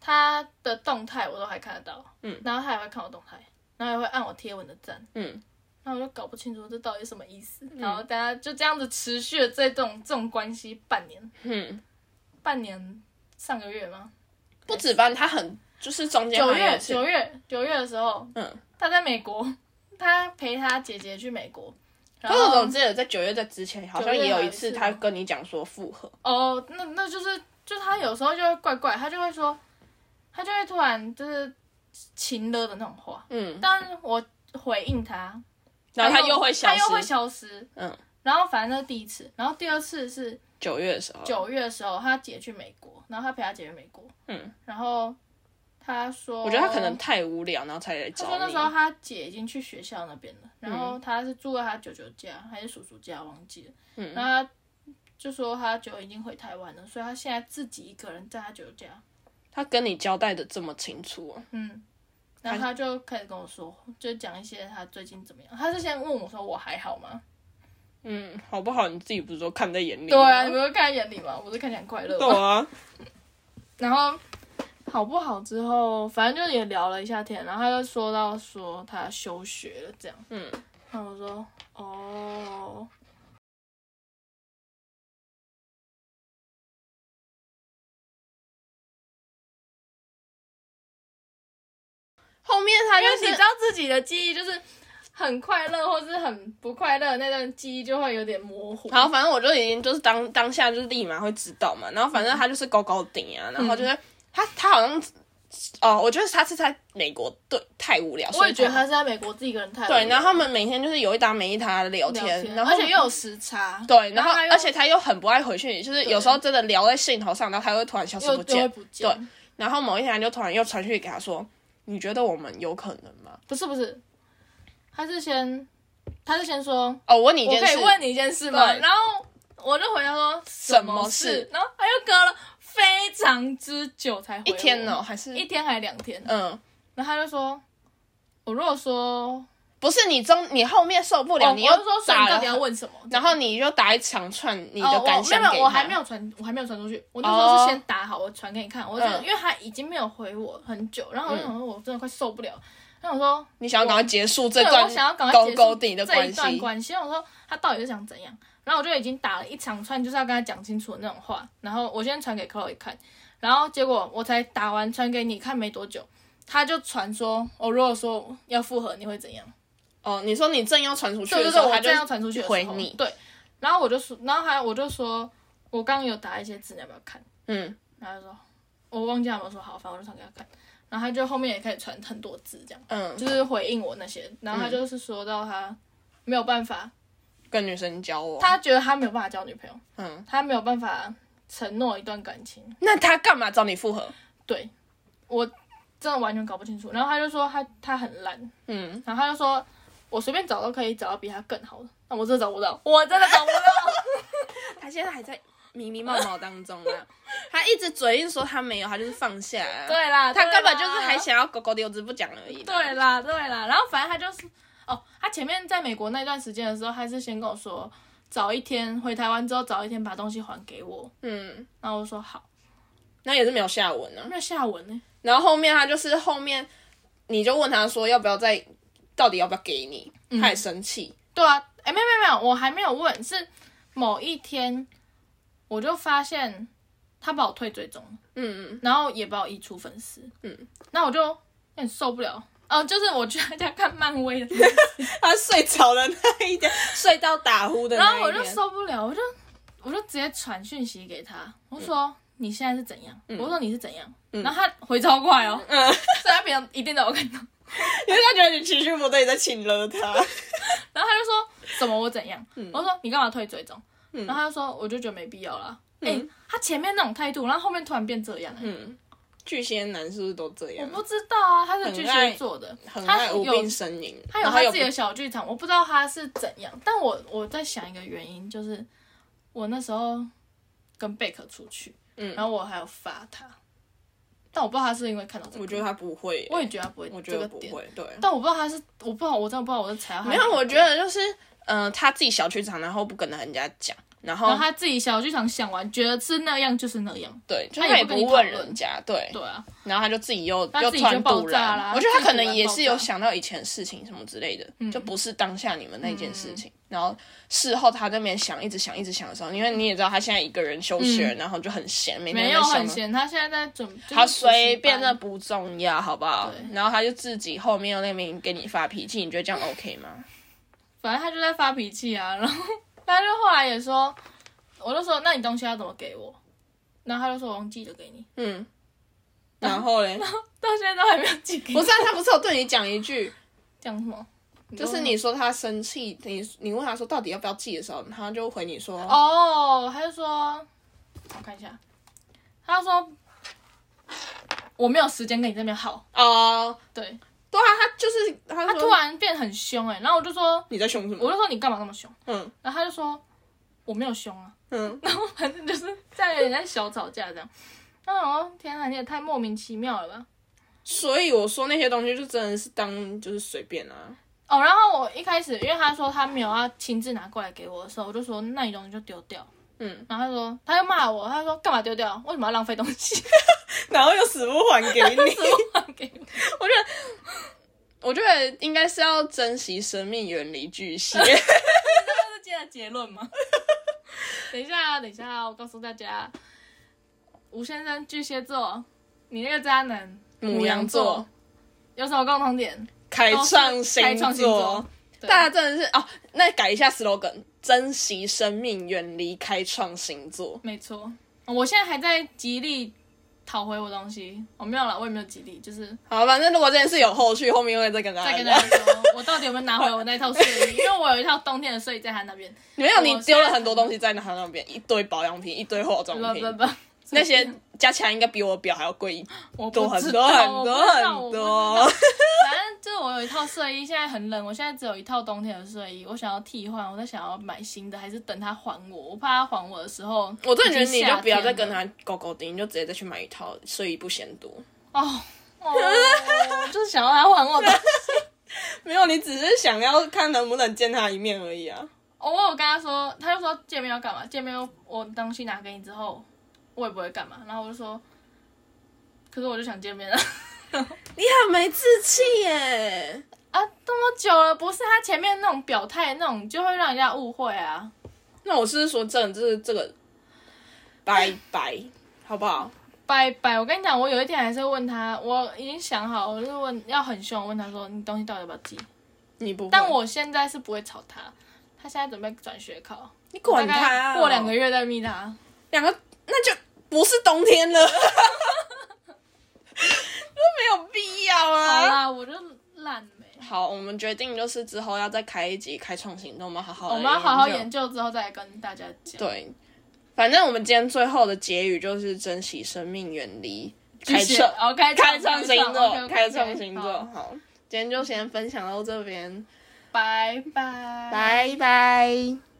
[SPEAKER 2] 他的动态我都还看得到，
[SPEAKER 1] 嗯，
[SPEAKER 2] 然后他也会看我动态，然后也会按我贴文的赞，
[SPEAKER 1] 嗯，
[SPEAKER 2] 然后我就搞不清楚这到底是什么意思。然后大家就这样子持续了这种这种关系半年，
[SPEAKER 1] 嗯，
[SPEAKER 2] 半年上个月吗？
[SPEAKER 1] 不止吧，他很就是中间
[SPEAKER 2] 九
[SPEAKER 1] 好像有
[SPEAKER 2] 月
[SPEAKER 1] 一次
[SPEAKER 2] 九月九月的时候，
[SPEAKER 1] 嗯，
[SPEAKER 2] 他在美国，他陪他姐姐去美国。然
[SPEAKER 1] 可是我
[SPEAKER 2] 后
[SPEAKER 1] 总记得在九月在之前，好像也有一次他跟你讲说复合，
[SPEAKER 2] 哦，那那就是，就他有时候就会怪怪，他就会说，他就会突然就是情了的那种话，
[SPEAKER 1] 嗯，
[SPEAKER 2] 但我回应他，
[SPEAKER 1] 然后他又会消
[SPEAKER 2] 他又会
[SPEAKER 1] 失。
[SPEAKER 2] 消失，
[SPEAKER 1] 嗯，
[SPEAKER 2] 然后反正那是第一次，然后第二次是
[SPEAKER 1] 九月的时候，
[SPEAKER 2] 九月的时候，他姐去美国，然后他陪他姐去美国，
[SPEAKER 1] 嗯，
[SPEAKER 2] 然后他说，
[SPEAKER 1] 我觉得他可能太无聊，然后才来
[SPEAKER 2] 他
[SPEAKER 1] 找
[SPEAKER 2] 说那
[SPEAKER 1] 你
[SPEAKER 2] 时。候他姐已经去学校那边了，然后他是住在他舅舅家还是叔叔家，忘记了。
[SPEAKER 1] 嗯
[SPEAKER 2] 然后他就说他舅已经回台湾了，所以他现在自己一个人在他舅舅家。
[SPEAKER 1] 他跟你交代的这么清楚、啊，
[SPEAKER 2] 嗯，然后他就开始跟我说，就讲一些他最近怎么样。他是先问我说我还好吗？
[SPEAKER 1] 嗯，好不好？你自己不是说看在眼里吗？
[SPEAKER 2] 对啊，你不是看在眼里吗？我是看起来很快乐
[SPEAKER 1] <laughs> 对
[SPEAKER 2] 吗。
[SPEAKER 1] 啊，
[SPEAKER 2] 然后好不好之后，反正就也聊了一下天，然后他就说到说他休学了这样。
[SPEAKER 1] 嗯，
[SPEAKER 2] 然后我说哦。
[SPEAKER 1] 后面他
[SPEAKER 2] 因为
[SPEAKER 1] 就
[SPEAKER 2] 你知
[SPEAKER 1] 是
[SPEAKER 2] 道自己的记忆就是很快乐或是很不快乐的那段记忆就会有点模糊。
[SPEAKER 1] 然后反正我就已经就是当当下就是立马会知道嘛，然后反正他就是高高顶啊，然后
[SPEAKER 2] 嗯
[SPEAKER 1] 就是、他他好像哦，我觉得他是在美国对太无聊，
[SPEAKER 2] 我
[SPEAKER 1] 所以
[SPEAKER 2] 也觉得
[SPEAKER 1] 才
[SPEAKER 2] 他是在美国自己一个人太
[SPEAKER 1] 对，然后他们每天就是有一搭没一搭的聊
[SPEAKER 2] 聊
[SPEAKER 1] 天，
[SPEAKER 2] 天，
[SPEAKER 1] 然后
[SPEAKER 2] 而且又有时差，
[SPEAKER 1] 对，然后
[SPEAKER 2] 他又
[SPEAKER 1] 而且他又很不爱回讯息，就是有时候真的聊在兴头上，然后他会突然消失
[SPEAKER 2] 又
[SPEAKER 1] 不
[SPEAKER 2] 就会
[SPEAKER 1] 见，
[SPEAKER 2] 不见。对，
[SPEAKER 1] 然后某一天他就突然又传讯给他说，你觉得我们有可能吗？
[SPEAKER 2] 不是不是，他是先他是先说，
[SPEAKER 1] 哦，我问你一
[SPEAKER 2] 我
[SPEAKER 1] 件
[SPEAKER 2] 可
[SPEAKER 1] 事
[SPEAKER 2] 以，问你一件事吗？
[SPEAKER 1] 对
[SPEAKER 2] 然后我就回答说
[SPEAKER 1] 什么
[SPEAKER 2] 么
[SPEAKER 1] 事
[SPEAKER 2] 然后他又隔了非常之久才回
[SPEAKER 1] 一天
[SPEAKER 2] 呢，
[SPEAKER 1] 哦，还是
[SPEAKER 2] 一天还两天，
[SPEAKER 1] 嗯，
[SPEAKER 2] 然后他就说，我如果说
[SPEAKER 1] 不是你中你后面受不了，
[SPEAKER 2] 哦
[SPEAKER 1] 你
[SPEAKER 2] 我
[SPEAKER 1] 又
[SPEAKER 2] 就说所以
[SPEAKER 1] 打
[SPEAKER 2] 你到
[SPEAKER 1] 了
[SPEAKER 2] 底要问什么？
[SPEAKER 1] 然后你就打一长串你
[SPEAKER 2] 哦
[SPEAKER 1] 的
[SPEAKER 2] 我
[SPEAKER 1] 感想给
[SPEAKER 2] 没
[SPEAKER 1] 他。
[SPEAKER 2] 有，我还没有传，我还没有传出去。我那时候
[SPEAKER 1] 哦
[SPEAKER 2] 是先打好，我传给你看。我就、
[SPEAKER 1] 嗯
[SPEAKER 2] 因为他已经没有回我很久，然后我就想说，我真的快受不了。然后我说，
[SPEAKER 1] 你想要赶快结束这
[SPEAKER 2] 对，
[SPEAKER 1] 段
[SPEAKER 2] 我想要赶快
[SPEAKER 1] 勾
[SPEAKER 2] 结
[SPEAKER 1] 勾
[SPEAKER 2] 束
[SPEAKER 1] 底的
[SPEAKER 2] 这
[SPEAKER 1] 关
[SPEAKER 2] 一
[SPEAKER 1] 系。
[SPEAKER 2] 段关系。然后我说他到底是想怎样？然后我就已经打了一长串，就是要跟他讲清楚的那种话。然后我先传给 Chloe 看，然后结果我才打完传给你看没多久，他就传说，哦，如果说要复合，你会怎样？
[SPEAKER 1] 哦，你说你正要传出去
[SPEAKER 2] 对对
[SPEAKER 1] 的时
[SPEAKER 2] 对，
[SPEAKER 1] 候，
[SPEAKER 2] 我
[SPEAKER 1] 他
[SPEAKER 2] 正要传出去的时候
[SPEAKER 1] 回你
[SPEAKER 2] 对，然后我就说，然后还我就说，我刚刚有打一些字，你要不要看？
[SPEAKER 1] 嗯，
[SPEAKER 2] 然后他就说，我忘记他有没有说好，反正我就传给他看。然后他就后面也开始传很多字，这样
[SPEAKER 1] 嗯，
[SPEAKER 2] 就是回应我那些。然后他就是说到他没有办法，
[SPEAKER 1] 跟女生交往，
[SPEAKER 2] 他觉得他没有办法交女朋友，
[SPEAKER 1] 嗯，
[SPEAKER 2] 他没有办法承诺一段感情。
[SPEAKER 1] 那他干嘛找你复合？
[SPEAKER 2] 对我真的完全搞不清楚。然后他就说他他很烂，
[SPEAKER 1] 嗯，
[SPEAKER 2] 然后他就说我随便找都可以找到比他更好的，那我真的找不到，我真的找不到。 <laughs>
[SPEAKER 1] 他现在还在迷迷冒冒当中 <laughs> 啊，他一直嘴硬说他没有，他就是放下、啊，
[SPEAKER 2] 对啦，
[SPEAKER 1] 他
[SPEAKER 2] 对
[SPEAKER 1] 根本
[SPEAKER 2] 啦
[SPEAKER 1] 就是还想要狗狗溜子不讲而已。
[SPEAKER 2] 对，啦，对啦，然后反正他就是，哦，他前面在美国那段时间的时候，他是先跟我说，早一天回台湾之后，早一天把东西还给我。
[SPEAKER 1] 嗯，
[SPEAKER 2] 然后我说好，
[SPEAKER 1] 那也是没有下文啊。
[SPEAKER 2] 没有下文呢、
[SPEAKER 1] 然后后面他就是后面，你就问他说要不要再，到底要不要给你？他也生气，
[SPEAKER 2] 对啊，哎，没有没有没有，我还没有问，是某一天我就发现他把我退追踪了，
[SPEAKER 1] 嗯，
[SPEAKER 2] 然后也把我移除粉丝，
[SPEAKER 1] 嗯，
[SPEAKER 2] 那我就有点受不了。哦、就是我去他家看漫威
[SPEAKER 1] <laughs>
[SPEAKER 2] 的，
[SPEAKER 1] 他睡着的那一天， <laughs> 睡到打呼的
[SPEAKER 2] 然
[SPEAKER 1] 那一
[SPEAKER 2] 后
[SPEAKER 1] 天，
[SPEAKER 2] 我就受不了，我就我就直接传讯息给他，我说、
[SPEAKER 1] 嗯
[SPEAKER 2] 你现在是怎样？我说你是怎样？然后他回超快哦，
[SPEAKER 1] 嗯，
[SPEAKER 2] <laughs> 所以他平常一定都有看到。
[SPEAKER 1] <laughs> 因为他觉得你情绪不对，你在请了他。
[SPEAKER 2] 然后他就说什么我怎样？
[SPEAKER 1] 嗯
[SPEAKER 2] 我说你干嘛退追踪？然后他就说我就觉得没必要啦。哎、他前面那种态度，然后后面突然变这样、哎
[SPEAKER 1] 嗯，巨蟹男是不是都这
[SPEAKER 2] 我
[SPEAKER 1] 样？
[SPEAKER 2] 不知道啊，他是巨
[SPEAKER 1] 很爱
[SPEAKER 2] 蟹座的，
[SPEAKER 1] 很
[SPEAKER 2] 他
[SPEAKER 1] 爱
[SPEAKER 2] 有
[SPEAKER 1] 无病呻吟，
[SPEAKER 2] 他有
[SPEAKER 1] 然后
[SPEAKER 2] 他
[SPEAKER 1] 有
[SPEAKER 2] 自己的小剧场，我不知道他是怎样，但我我在想一个原因，就是我那时候跟贝壳出去，
[SPEAKER 1] 嗯
[SPEAKER 2] 然后我还有发他，但我不知道他是因为看到这个，
[SPEAKER 1] 我觉得他不会耶，
[SPEAKER 2] 我也觉得他不会，
[SPEAKER 1] 我觉得
[SPEAKER 2] 这个
[SPEAKER 1] 不
[SPEAKER 2] 点，
[SPEAKER 1] 会，对。
[SPEAKER 2] 但我不知道他是，我不知道，我真的不知道我是踩到他，
[SPEAKER 1] 没有，啊我觉得就是，嗯、他自己小剧场，然后不跟人家讲，然
[SPEAKER 2] 然
[SPEAKER 1] 后
[SPEAKER 2] 后他自己小剧场想完，觉得是那样就是那样，
[SPEAKER 1] 对，就
[SPEAKER 2] 他
[SPEAKER 1] 他
[SPEAKER 2] 也
[SPEAKER 1] 也
[SPEAKER 2] 不
[SPEAKER 1] 不
[SPEAKER 2] 跟你
[SPEAKER 1] 问
[SPEAKER 2] 讨论
[SPEAKER 1] 人家，对，
[SPEAKER 2] 对啊，
[SPEAKER 1] 然后他就自己又
[SPEAKER 2] 他
[SPEAKER 1] 又
[SPEAKER 2] 自己
[SPEAKER 1] 突然
[SPEAKER 2] 就爆
[SPEAKER 1] 突
[SPEAKER 2] 炸
[SPEAKER 1] 然，
[SPEAKER 2] 啦
[SPEAKER 1] 我觉
[SPEAKER 2] 自
[SPEAKER 1] 得他
[SPEAKER 2] 己
[SPEAKER 1] 可
[SPEAKER 2] 突
[SPEAKER 1] 能
[SPEAKER 2] 然
[SPEAKER 1] 也
[SPEAKER 2] 爆
[SPEAKER 1] 是有
[SPEAKER 2] 炸
[SPEAKER 1] 想到以前事情什么之类的，就不是当下你们那件事
[SPEAKER 2] 嗯
[SPEAKER 1] 情，然后事后他在那边想，一直想，一直想的时候，因为你也知道他现在一个人休学，然后就很闲，每天
[SPEAKER 2] 嗯没
[SPEAKER 1] 在
[SPEAKER 2] 有
[SPEAKER 1] 想
[SPEAKER 2] 很
[SPEAKER 1] 嘛
[SPEAKER 2] 闲，他现在在准，就是
[SPEAKER 1] 他
[SPEAKER 2] 补习
[SPEAKER 1] 啊随便
[SPEAKER 2] 班
[SPEAKER 1] 那不重要，好不好？然后他就自己后面又那边给你发脾气，你觉得这样 OK 吗？
[SPEAKER 2] 反正他就在发脾气啊，然后他就后来也说，我就说那你东西要怎么给我？然后他就说我忘记了给你，
[SPEAKER 1] <laughs> 嗯， <laughs> 然后嘞，
[SPEAKER 2] 到现在都还没有寄给
[SPEAKER 1] 不
[SPEAKER 2] 我。
[SPEAKER 1] 是、啊、他不是有对你讲一 <laughs> 句，
[SPEAKER 2] 讲什么？
[SPEAKER 1] 就是你说他生气，你你问他说到底要不要寄的时候，他就回你说，哦，
[SPEAKER 2] 哦，他就说，我看一下，他就说我没有时间跟你这边耗，对
[SPEAKER 1] 对啊，哦他就是他
[SPEAKER 2] 他
[SPEAKER 1] 说
[SPEAKER 2] 突然变很凶哎、然后我就说，
[SPEAKER 1] 你在凶什
[SPEAKER 2] 我
[SPEAKER 1] 么？
[SPEAKER 2] 就说你干嘛那么凶？
[SPEAKER 1] 嗯
[SPEAKER 2] 然后他就说我没有凶啊，
[SPEAKER 1] 嗯，
[SPEAKER 2] 然后反正就是在有点在小吵架这样。然后我说天啊，你也太莫名其妙了吧。
[SPEAKER 1] 所以我说那些东西就真的是当就是随便啊，
[SPEAKER 2] 哦，然后我一开始因为他说他没有要亲自拿过来给我的时候，我就说那你东西就丢掉。
[SPEAKER 1] <laughs> 嗯，
[SPEAKER 2] 然后他说他就骂我，他说干嘛丢掉？为什么要浪费东西？ <laughs>
[SPEAKER 1] 然后又死不还给你。
[SPEAKER 2] 给我
[SPEAKER 1] 我觉得应该是要珍惜生命，远离巨蟹。
[SPEAKER 2] 这是今天的结论吗？ <laughs> 等一下啊，等一下啊，我告诉大家，吴先生巨蟹座，你那个渣男
[SPEAKER 1] <laughs> 母羊座
[SPEAKER 2] 有什么共同点？
[SPEAKER 1] 开
[SPEAKER 2] 都是
[SPEAKER 1] 创
[SPEAKER 2] 开
[SPEAKER 1] 星
[SPEAKER 2] 创星
[SPEAKER 1] 座
[SPEAKER 2] 座，，对
[SPEAKER 1] 大家真的是哦，那改一下 slogan，珍惜生命，远离开创星座。
[SPEAKER 2] 没错。哦我现在还在极力讨回我东西，我、没有了，我也没有极力，就是
[SPEAKER 1] 好，反正如果这件事有后续，后面会再跟大
[SPEAKER 2] 再
[SPEAKER 1] 家
[SPEAKER 2] 跟
[SPEAKER 1] 聊
[SPEAKER 2] 大。家说，我到底有没有拿回我那套睡衣？因为我有一套冬天的睡衣在他那边。
[SPEAKER 1] 没有，
[SPEAKER 2] 我
[SPEAKER 1] 你丢了很多东西在他那边，一堆保养品，一堆化妆
[SPEAKER 2] 不不
[SPEAKER 1] 品，
[SPEAKER 2] 不，
[SPEAKER 1] 那些加起来应该比我表还要贵一
[SPEAKER 2] 我
[SPEAKER 1] 多
[SPEAKER 2] 不
[SPEAKER 1] 很
[SPEAKER 2] 知
[SPEAKER 1] 多
[SPEAKER 2] 道，
[SPEAKER 1] 很
[SPEAKER 2] 我不
[SPEAKER 1] 多
[SPEAKER 2] 知道
[SPEAKER 1] 很。
[SPEAKER 2] 我不
[SPEAKER 1] 多
[SPEAKER 2] 知道。反正就是我有一套睡衣，现在很冷，我现在只有一套冬天的睡衣，我想要替换，我在想要买新的，还是等他还我？我怕他还我的时候，
[SPEAKER 1] 我真的觉得你就不要再
[SPEAKER 2] 已经
[SPEAKER 1] 跟
[SPEAKER 2] 夏天了
[SPEAKER 1] 他勾勾顶，你就直接再去买一套睡衣不嫌多。
[SPEAKER 2] 哦。哦，我就是想要他还我的。
[SPEAKER 1] 没有，你只是想要看能不能见他一面而已啊。
[SPEAKER 2] 哦，我有跟他说，他就说见面要干嘛？见面我我东西拿给你之后，我也不会干嘛。然后我就说，可是我就想见面了。 <laughs>
[SPEAKER 1] 你很没志气耶！
[SPEAKER 2] 啊，这么久了，不是他前面那种表态那种，就会让人家误会啊。
[SPEAKER 1] 那我是说真的，就是这个，拜拜，好不好？
[SPEAKER 2] 拜拜，我跟你讲，我有一天还是会问他，我已经想好，我就问要很凶，我问他说你东西到底要不要寄？
[SPEAKER 1] 你不会，
[SPEAKER 2] 但我现在是不会吵他，他现在准备转学考，
[SPEAKER 1] 你管
[SPEAKER 2] 大概
[SPEAKER 1] 他、啊，
[SPEAKER 2] 过两个月再密他。
[SPEAKER 1] <laughs> 两个，那就不是冬天了。没有必要
[SPEAKER 2] 好
[SPEAKER 1] 啊。
[SPEAKER 2] 啦，我就烂没。
[SPEAKER 1] 好，我们决定就是之后要再开一集开创行动，我们好好
[SPEAKER 2] 我
[SPEAKER 1] 地
[SPEAKER 2] 们要好好
[SPEAKER 1] 究
[SPEAKER 2] 研究之后再跟大家讲。
[SPEAKER 1] 对，反正我们今天最后的结语就是珍惜生命，远离开
[SPEAKER 2] 继续
[SPEAKER 1] 创
[SPEAKER 2] 哦，开
[SPEAKER 1] 开
[SPEAKER 2] 创
[SPEAKER 1] 创星座，
[SPEAKER 2] ，OK，OK，
[SPEAKER 1] 开创星座。
[SPEAKER 2] 好
[SPEAKER 1] 好，今天就先分享到这边，
[SPEAKER 2] 拜拜，
[SPEAKER 1] 拜拜。